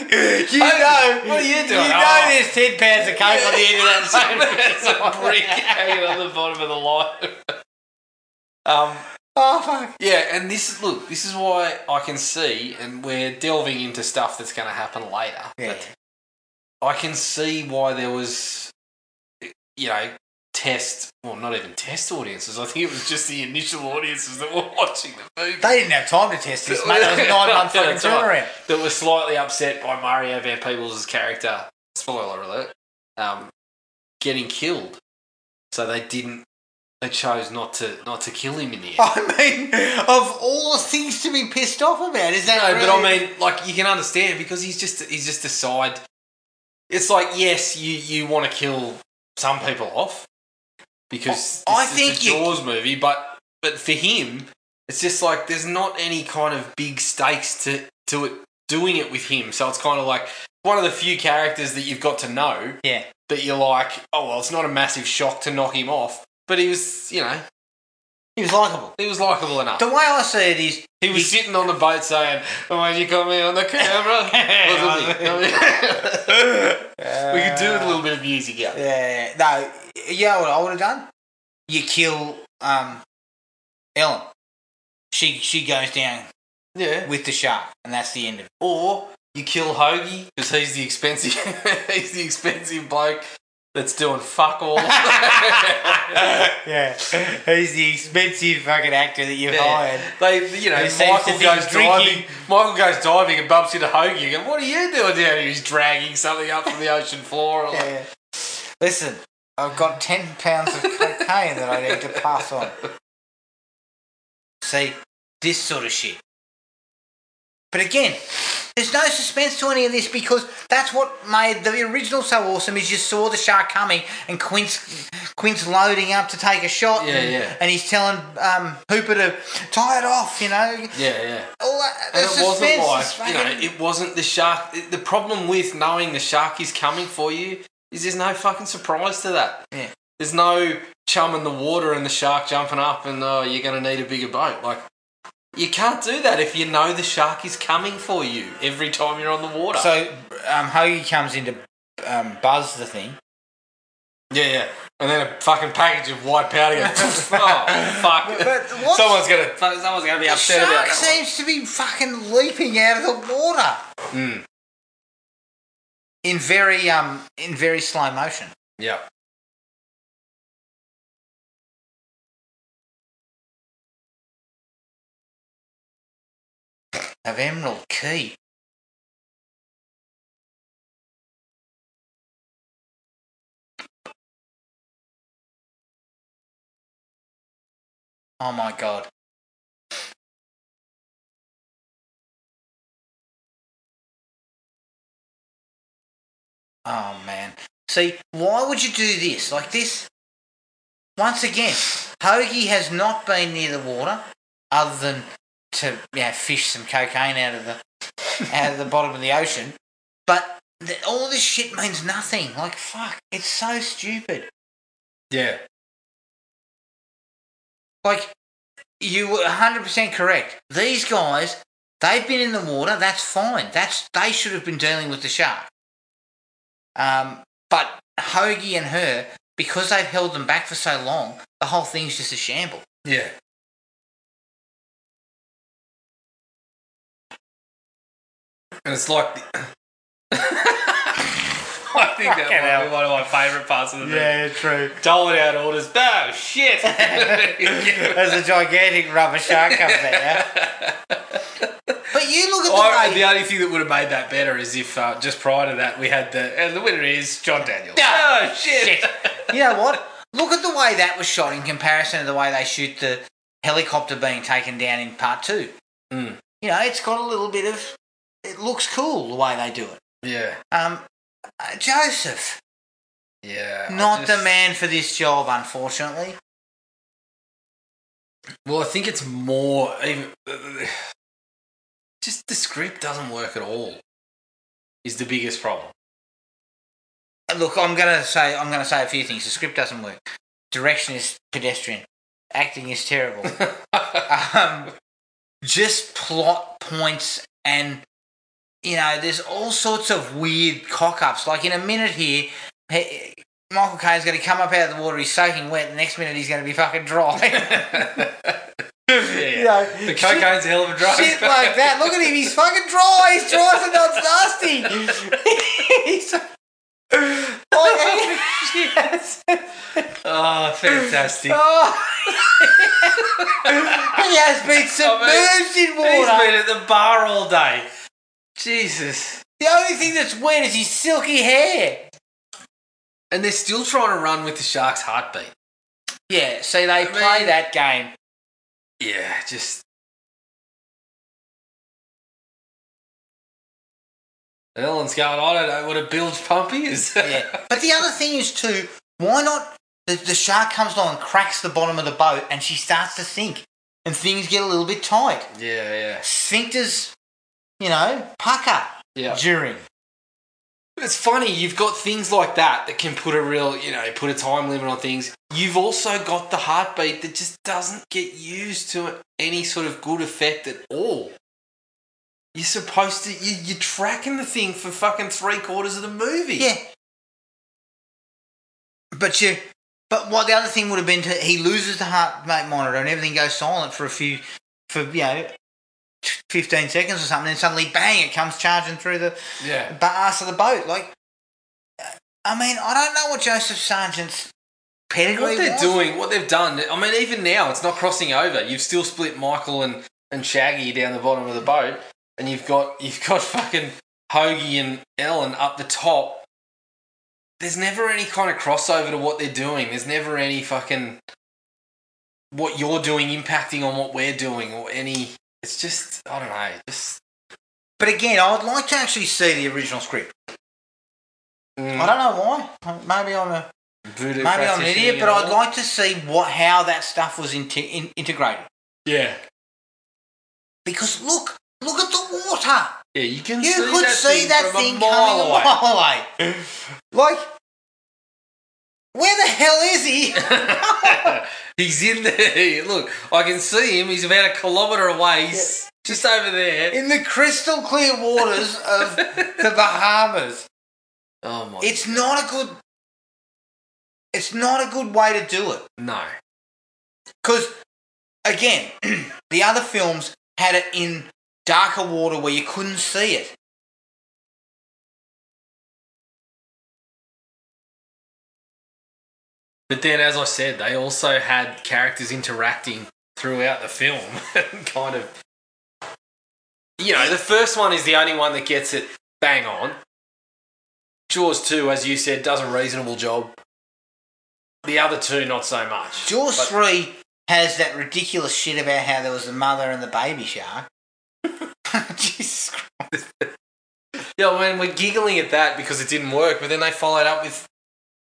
Hey, know, what are you doing? You know, Oh. there's ten pounds of coke on the end of that. phone. That's a brick hanging on the bottom of the line. Um, Oh fuck! yeah, and this look, this is why I can see, and we're delving into stuff that's going to happen later. Yeah. But I can see why there was, you know, test, well, not even test audiences. I think it was just the initial audiences that were watching the movie They didn't have time to test this, mate. It was a nine month fucking That's all turnaround. right. that were slightly upset by Mario Van Peebles' character. Spoiler alert. Um, getting killed. So they didn't. They chose not to not to kill him in the end. I mean, of all the things to be pissed off about, is that? No, but really- I mean, like you can understand because he's just he's just a side. It's like yes, you you want to kill some people off because I- I this think is a you- Jaws movie, but but for him, it's just like there's not any kind of big stakes to to it doing it with him. So it's kind of like one of the few characters that you've got to know yeah. that you're like, oh well, it's not a massive shock to knock him off, but he was you know He was likable. he was likable enough. The way I see it is, He was sitting on the boat saying, "Why you got me on the camera?" Wasn't he? we could do with a little bit of music, yeah. Uh, Yeah, no, you know what I would have done? You kill um, Ellen. She she goes down Yeah. with the shark, and that's the end of it. Or you kill Hoagie because he's the expensive, he's the expensive bloke that's doing fuck all. yeah. yeah, he's the expensive fucking actor that you've They, you know, He seems Michael to be goes diving. drinking. Michael goes diving and bumps into Hoagie. You go, what are you doing down here? He's dragging something up from the ocean floor. Like, Yeah. Listen, I've got ten pounds of cocaine that I need to pass on. See, this sort of shit. But again, there's no suspense to any of this because that's what made the original so awesome. Is you saw the shark coming and Quint's Quint's loading up to take a shot. Yeah, and, yeah. And he's telling um, Hooper to tie it off. You know, yeah, yeah. all that. The And it wasn't suspense is like, you know, fucking- it wasn't the shark. it- The problem with knowing the shark is coming for you is there's no fucking surprise to that. Yeah. There's no chum in the water and the shark jumping up and, oh, you're going to need a bigger boat. Like, you can't do that if you know the shark is coming for you every time you're on the water. so um, Hoagie comes in to um, buzz the thing. yeah, yeah. And then a fucking package of white powder goes, oh, fuck. But what- Someone's going to someone's gonna be The upset shark about that. one. seems to be fucking leaping out of the water Mm, in very um in very slow motion. yeah. Of Emerald Key. Oh my god. Oh man. See, why would you do this? Like this? Once again, Hoagie has not been near the water other than to you know, fish some cocaine out of the out of the bottom of the ocean. But th- all this shit means nothing. Like fuck, it's so stupid. Yeah. Like you were hundred percent correct. These guys, they've been in the water. That's fine. That's they should have been dealing with the shark. Um, but Hoagie and her, because they've held them back for so long, the whole thing's just a shamble. Yeah. And it's like the. I think that Fucking might hell. be one of my favourite parts of the movie. true. Doling out orders. No, shit! There's a gigantic rubber shark comes out. But you look Or at the the way. only thing that would have made that better is if uh, just prior to that we had the. And the winner is John Daniels. Ah, oh, shit! you know what? Look at the way that was shot in comparison to the way they shoot the helicopter being taken down in part two. Mm. You know, it's got a little bit of. It looks cool the way they do it. Yeah, Um, uh, Joseph, yeah. I not just- the man for this job, unfortunately. Well, I think it's more even just the script doesn't work at all. Is the biggest problem. Uh, Look, I'm gonna say I'm gonna say a few things. The script doesn't work. Direction is pedestrian. Acting is terrible. um, just plot points and you know there's all sorts of weird cock-ups like in a minute here he, michael caine's going to come up out of the water he's soaking wet the next minute he's going to be fucking dry yeah. you know The shit- cocaine's a hell of a drug. Shit like that. Look at him. He's fucking dry. He's dry as a nut's nasty. He's. Like, yes. oh, fantastic. Oh. he has been submerged in He's water. been at the bar all day. Jesus. The only thing that's wet is his silky hair. And they're still trying to run with the shark's heartbeat. Yeah, see, they mean- play that game. Yeah, just. And Ellen's going, I don't know what a bilge pump is. Yeah. But the other thing is, too, why not? The, the shark comes along and cracks the bottom of the boat, and she starts to sink, and things get a little bit tight. yeah, Sphincters, you know, pucker yeah. during. But it's funny, you've got things like that that can put a real, you know, put a time limit on things. You've also got the heartbeat that just doesn't get used to any sort of good effect at all. You're supposed to, you, you're tracking the thing for fucking three quarters of the movie. Yeah. But you. But what the other thing would have been to he loses the heartbeat monitor and everything goes silent for a few, for you know, fifteen seconds or something, and suddenly bang, it comes charging through the Yeah. ass of the boat. Like, I mean, I don't know what Joseph Sargent's pedigree What they're was. doing, what they've done, I mean, even now, it's not crossing over. You've still split Michael and, and Shaggy down the bottom of the boat, and you've got you've got fucking Hoagie and Ellen up the top. There's never any kind of crossover to what they're doing. There's never any fucking what you're doing impacting on what we're doing or any. It's just I don't know. Just But again, I would like to actually see the original script. I don't know why. Maybe I'm a mm, voodoo maybe I'm an practitioner, idiot, you but know? I'd like to see what how that stuff was inte in, integrated. yeah Because look, look at the water. yeah you can You see could that see thing that from thing a mile coming away. a mile away. like, where the hell is he? he's in there. Look, I can see him. He's about a kilometre away. He's just over there. in the crystal clear waters of the Bahamas. Oh my! It's not a good. It's not a good way to do it no. because, again, the other films had it in darker water where you couldn't see it. But then, as I said, they also had characters interacting throughout the film, kind of. You know, the first one is the only one that gets it bang on. Jaws two, as you said, does a reasonable job. The other two, not so much. Jaws But- three has that ridiculous shit about how there was the mother and the baby shark. Jesus Christ. Yeah, I mean, we're giggling at that because it didn't work, but then they followed up with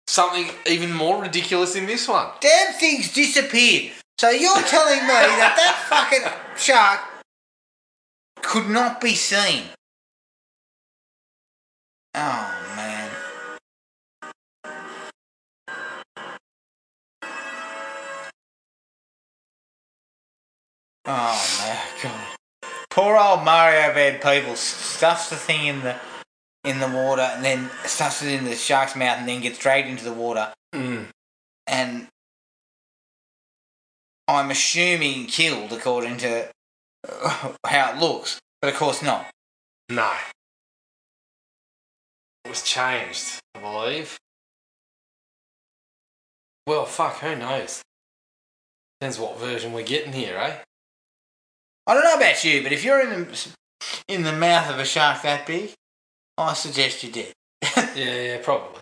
something even more ridiculous in this one. Damn things disappeared. So you're telling me that that fucking shark could not be seen? Oh man. Oh man, God. Poor old Mario Van Peebles stuffs the thing in the in the water and then stuffs it in the shark's mouth and then gets dragged into the water Hmm. and I'm assuming killed according to uh, how it looks, but of course not. No. It was changed, I believe. Well, fuck, who knows? Depends what version we're getting here, eh? I don't know about you, but if you're in the in the mouth of a shark that big, I suggest you did. Yeah, yeah, probably.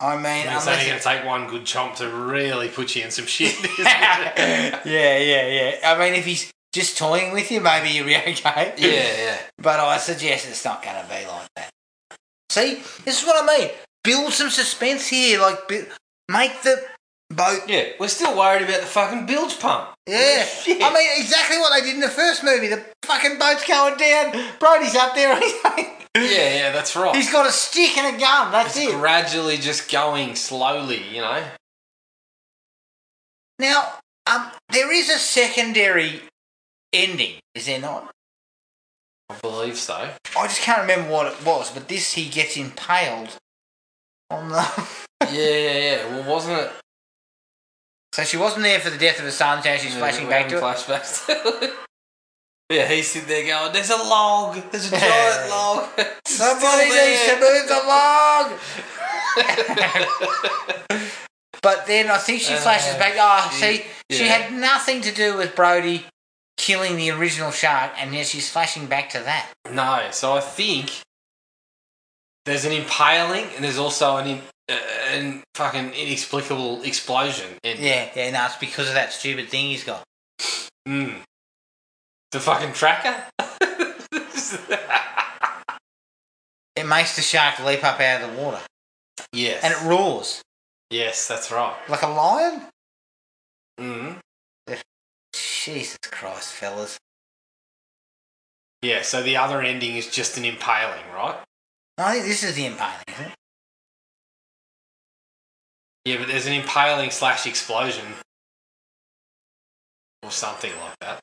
I mean, I mean, it's only unless going to take one good chomp to really put you in some shit. yeah, yeah, yeah, yeah. I mean, if he's just toying with you, maybe you'll be okay. yeah. But I suggest it's not going to be like that. See, this is what I mean. Build some suspense here. Like, bu- make the boat. Yeah, we're still worried about the fucking bilge pump. Yeah. Shit. I mean, exactly what they did in the first movie. The fucking boat's going down. Brody's up there. Yeah, yeah, that's right. He's got a stick and a gun. That's it's it. gradually just going slowly, you know. Now, um, there is a secondary ending, is there not? I believe so. I just can't remember what it was, but this he gets impaled on the. yeah, yeah, yeah. Well, wasn't it? so she wasn't there for the death of her son, so she's Yeah, flashing we're back to having it. flashbacks. to it. yeah, he's sitting there going, "There's a log. There's a giant log. It's still Somebody needs to there." move the log! But then I think she flashes Uh, back. Ah, she- see, she yeah. had nothing to do with Brody killing the original shark, and yet she's flashing back to that. no, so I think there's an impaling, and there's also an in, uh, an fucking inexplicable explosion. And, Yeah, yeah, no, it's because of that stupid thing he's got. Mm. the fucking tracker. It makes the shark leap up out of the water, yes. and it roars yes, that's right. like a lion. Mm. Jesus Christ, fellas. Yeah. So the other ending is just an impaling, right? I think this is the impaling, isn't it? Yeah, but there's an impaling slash explosion. Or something like that.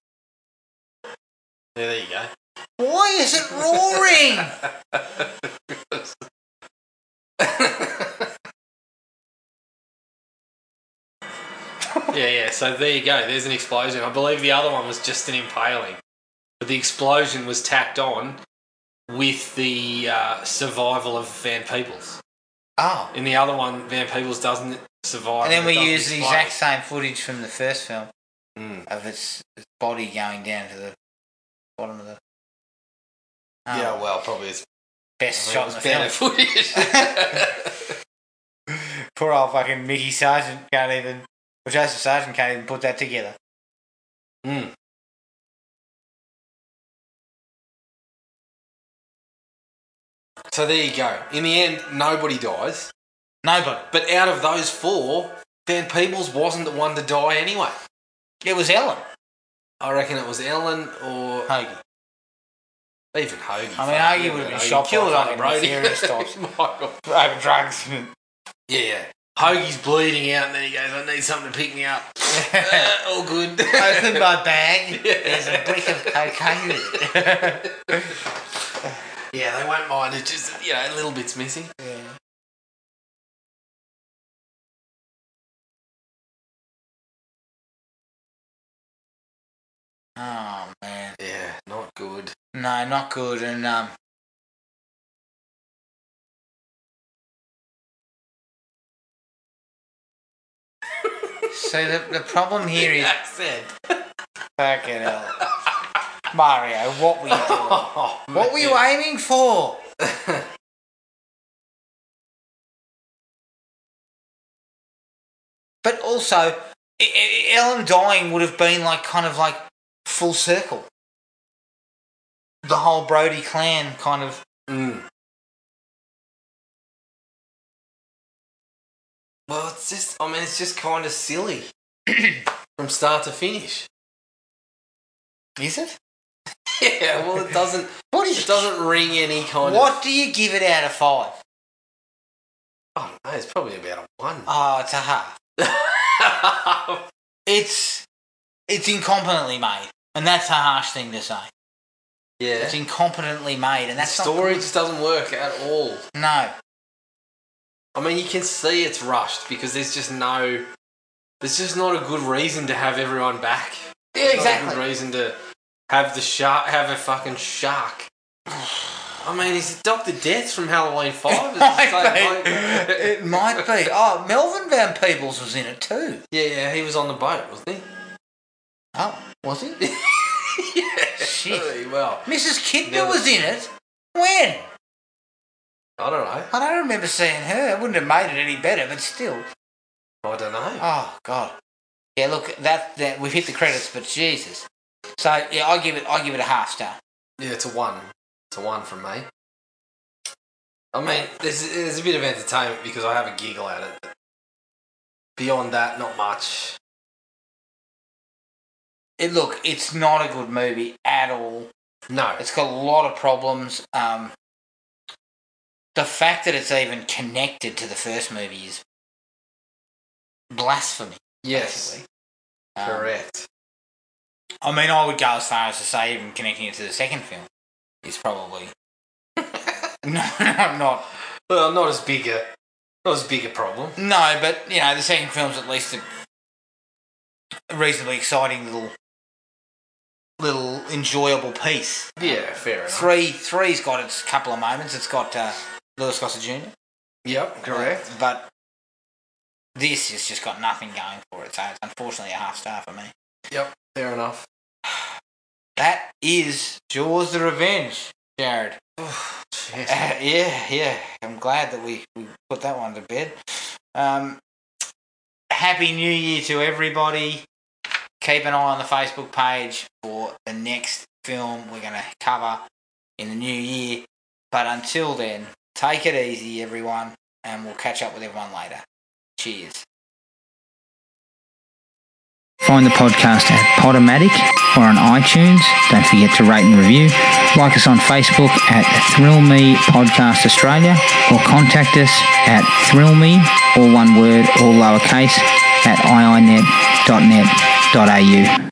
Yeah, there you go. Why is it roaring? yeah, yeah, so there you go. There's an explosion. I believe the other one was just an impaling. But the explosion was tacked on with the uh, survival of Van Peebles. oh. In the other one, Van Peebles doesn't survive. And then it we doesn't use the explode. exact same footage from the first film Mm. of its, its body going down to the bottom of the. Oh, Yeah, well, probably it's best shot in the film. footage. Poor old fucking Mickey Sargent can't even. Or Joseph Sargent can't even put that together. Mm. So there you go. In the end, nobody dies. Nobody. But out of those four, Van Peebles wasn't the one to die anyway. It was Ellen. I reckon it was Ellen or Hoagie. even Hoagie. I mean, Fuck, Hoagie yeah, would've been Hoagie shot by killed fucking Brody. Furious Dogs. Michael. Over drugs. Yeah, yeah. Hoagie's bleeding out, and then he goes, "I need something to pick me up." Uh, all good. Open my bag. Yeah. There's a brick of cocaine in it. yeah, they won't mind. It's just you know, a little bit's missing. Oh man, Yeah, not good. no, not good. And um, so the the problem here is accent. fucking hell, Mario. What were you doing? Oh. What were you aiming for? But also, I- I- Ellen dying would have been like kind of like full circle. The whole Brody clan kind of Mm. Well, it's just, I mean, it's just kind of silly from start to finish. is it? Yeah, well, it doesn't, What it is doesn't ring any kind of. What do you give it out of five? Oh, no, it's probably about a one. Oh, it's a half. It's it's incompetently made, and that's a harsh thing to say. yeah. It's incompetently made, and The that's not story good. just doesn't work at all. No, I mean, you can see it's rushed because there's just no, there's just not a good reason to have everyone back. yeah, There's Not a good reason to have the shark, have a fucking shark. I mean, he's Doctor Death from Halloween Five. It's the same Might be. bloke. it might be. Oh, Melvin Van Peebles was in it too. yeah, yeah, he was on the boat, wasn't Oh, was he? he? yeah, Shit. really well. Mrs. Kidner Never. was in it. When? I don't know. I don't remember seeing her. It wouldn't have made it any better, but still. I don't know. Oh God. Yeah, look, that, that we've hit the credits, but Jesus. So yeah, I give it. I give it a half star. Yeah, it's a one. It's a one from me. I mean, there's there's a bit of entertainment because I have a giggle at it. Beyond that, not much. It, look, it's not a good movie at all. No. It's got a lot of problems. Um, the fact that it's even connected to the first movie is blasphemy. Yes. basically. Um, Correct. I mean, I would go as far as to say even connecting it to the second film is probably no, no, not Well, not as big a, not as big a problem. no, but you know, the second film's at least a reasonably exciting little little enjoyable piece. Yeah, fair enough. Three, three's got its couple of moments. It's got uh, Lewis Gossett Jr. Yep, correct. But this has just got nothing going for it, so it's unfortunately a half star for me. Fair enough. That is Jaws the Revenge, Jared. Uh, yeah, yeah. I'm glad that we, we put that one to bed. Um, Happy New Year to everybody. Keep an eye on the Facebook page for the next film we're going to cover in the new year. But until then, take it easy, everyone, and we'll catch up with everyone later. Cheers. Find the podcast at Podomatic or on iTunes. Don't forget to rate and review. Like us on Facebook at Thrill Me Podcast Australia or contact us at Thrill Me, all one word, all lowercase, at iinet.net.au.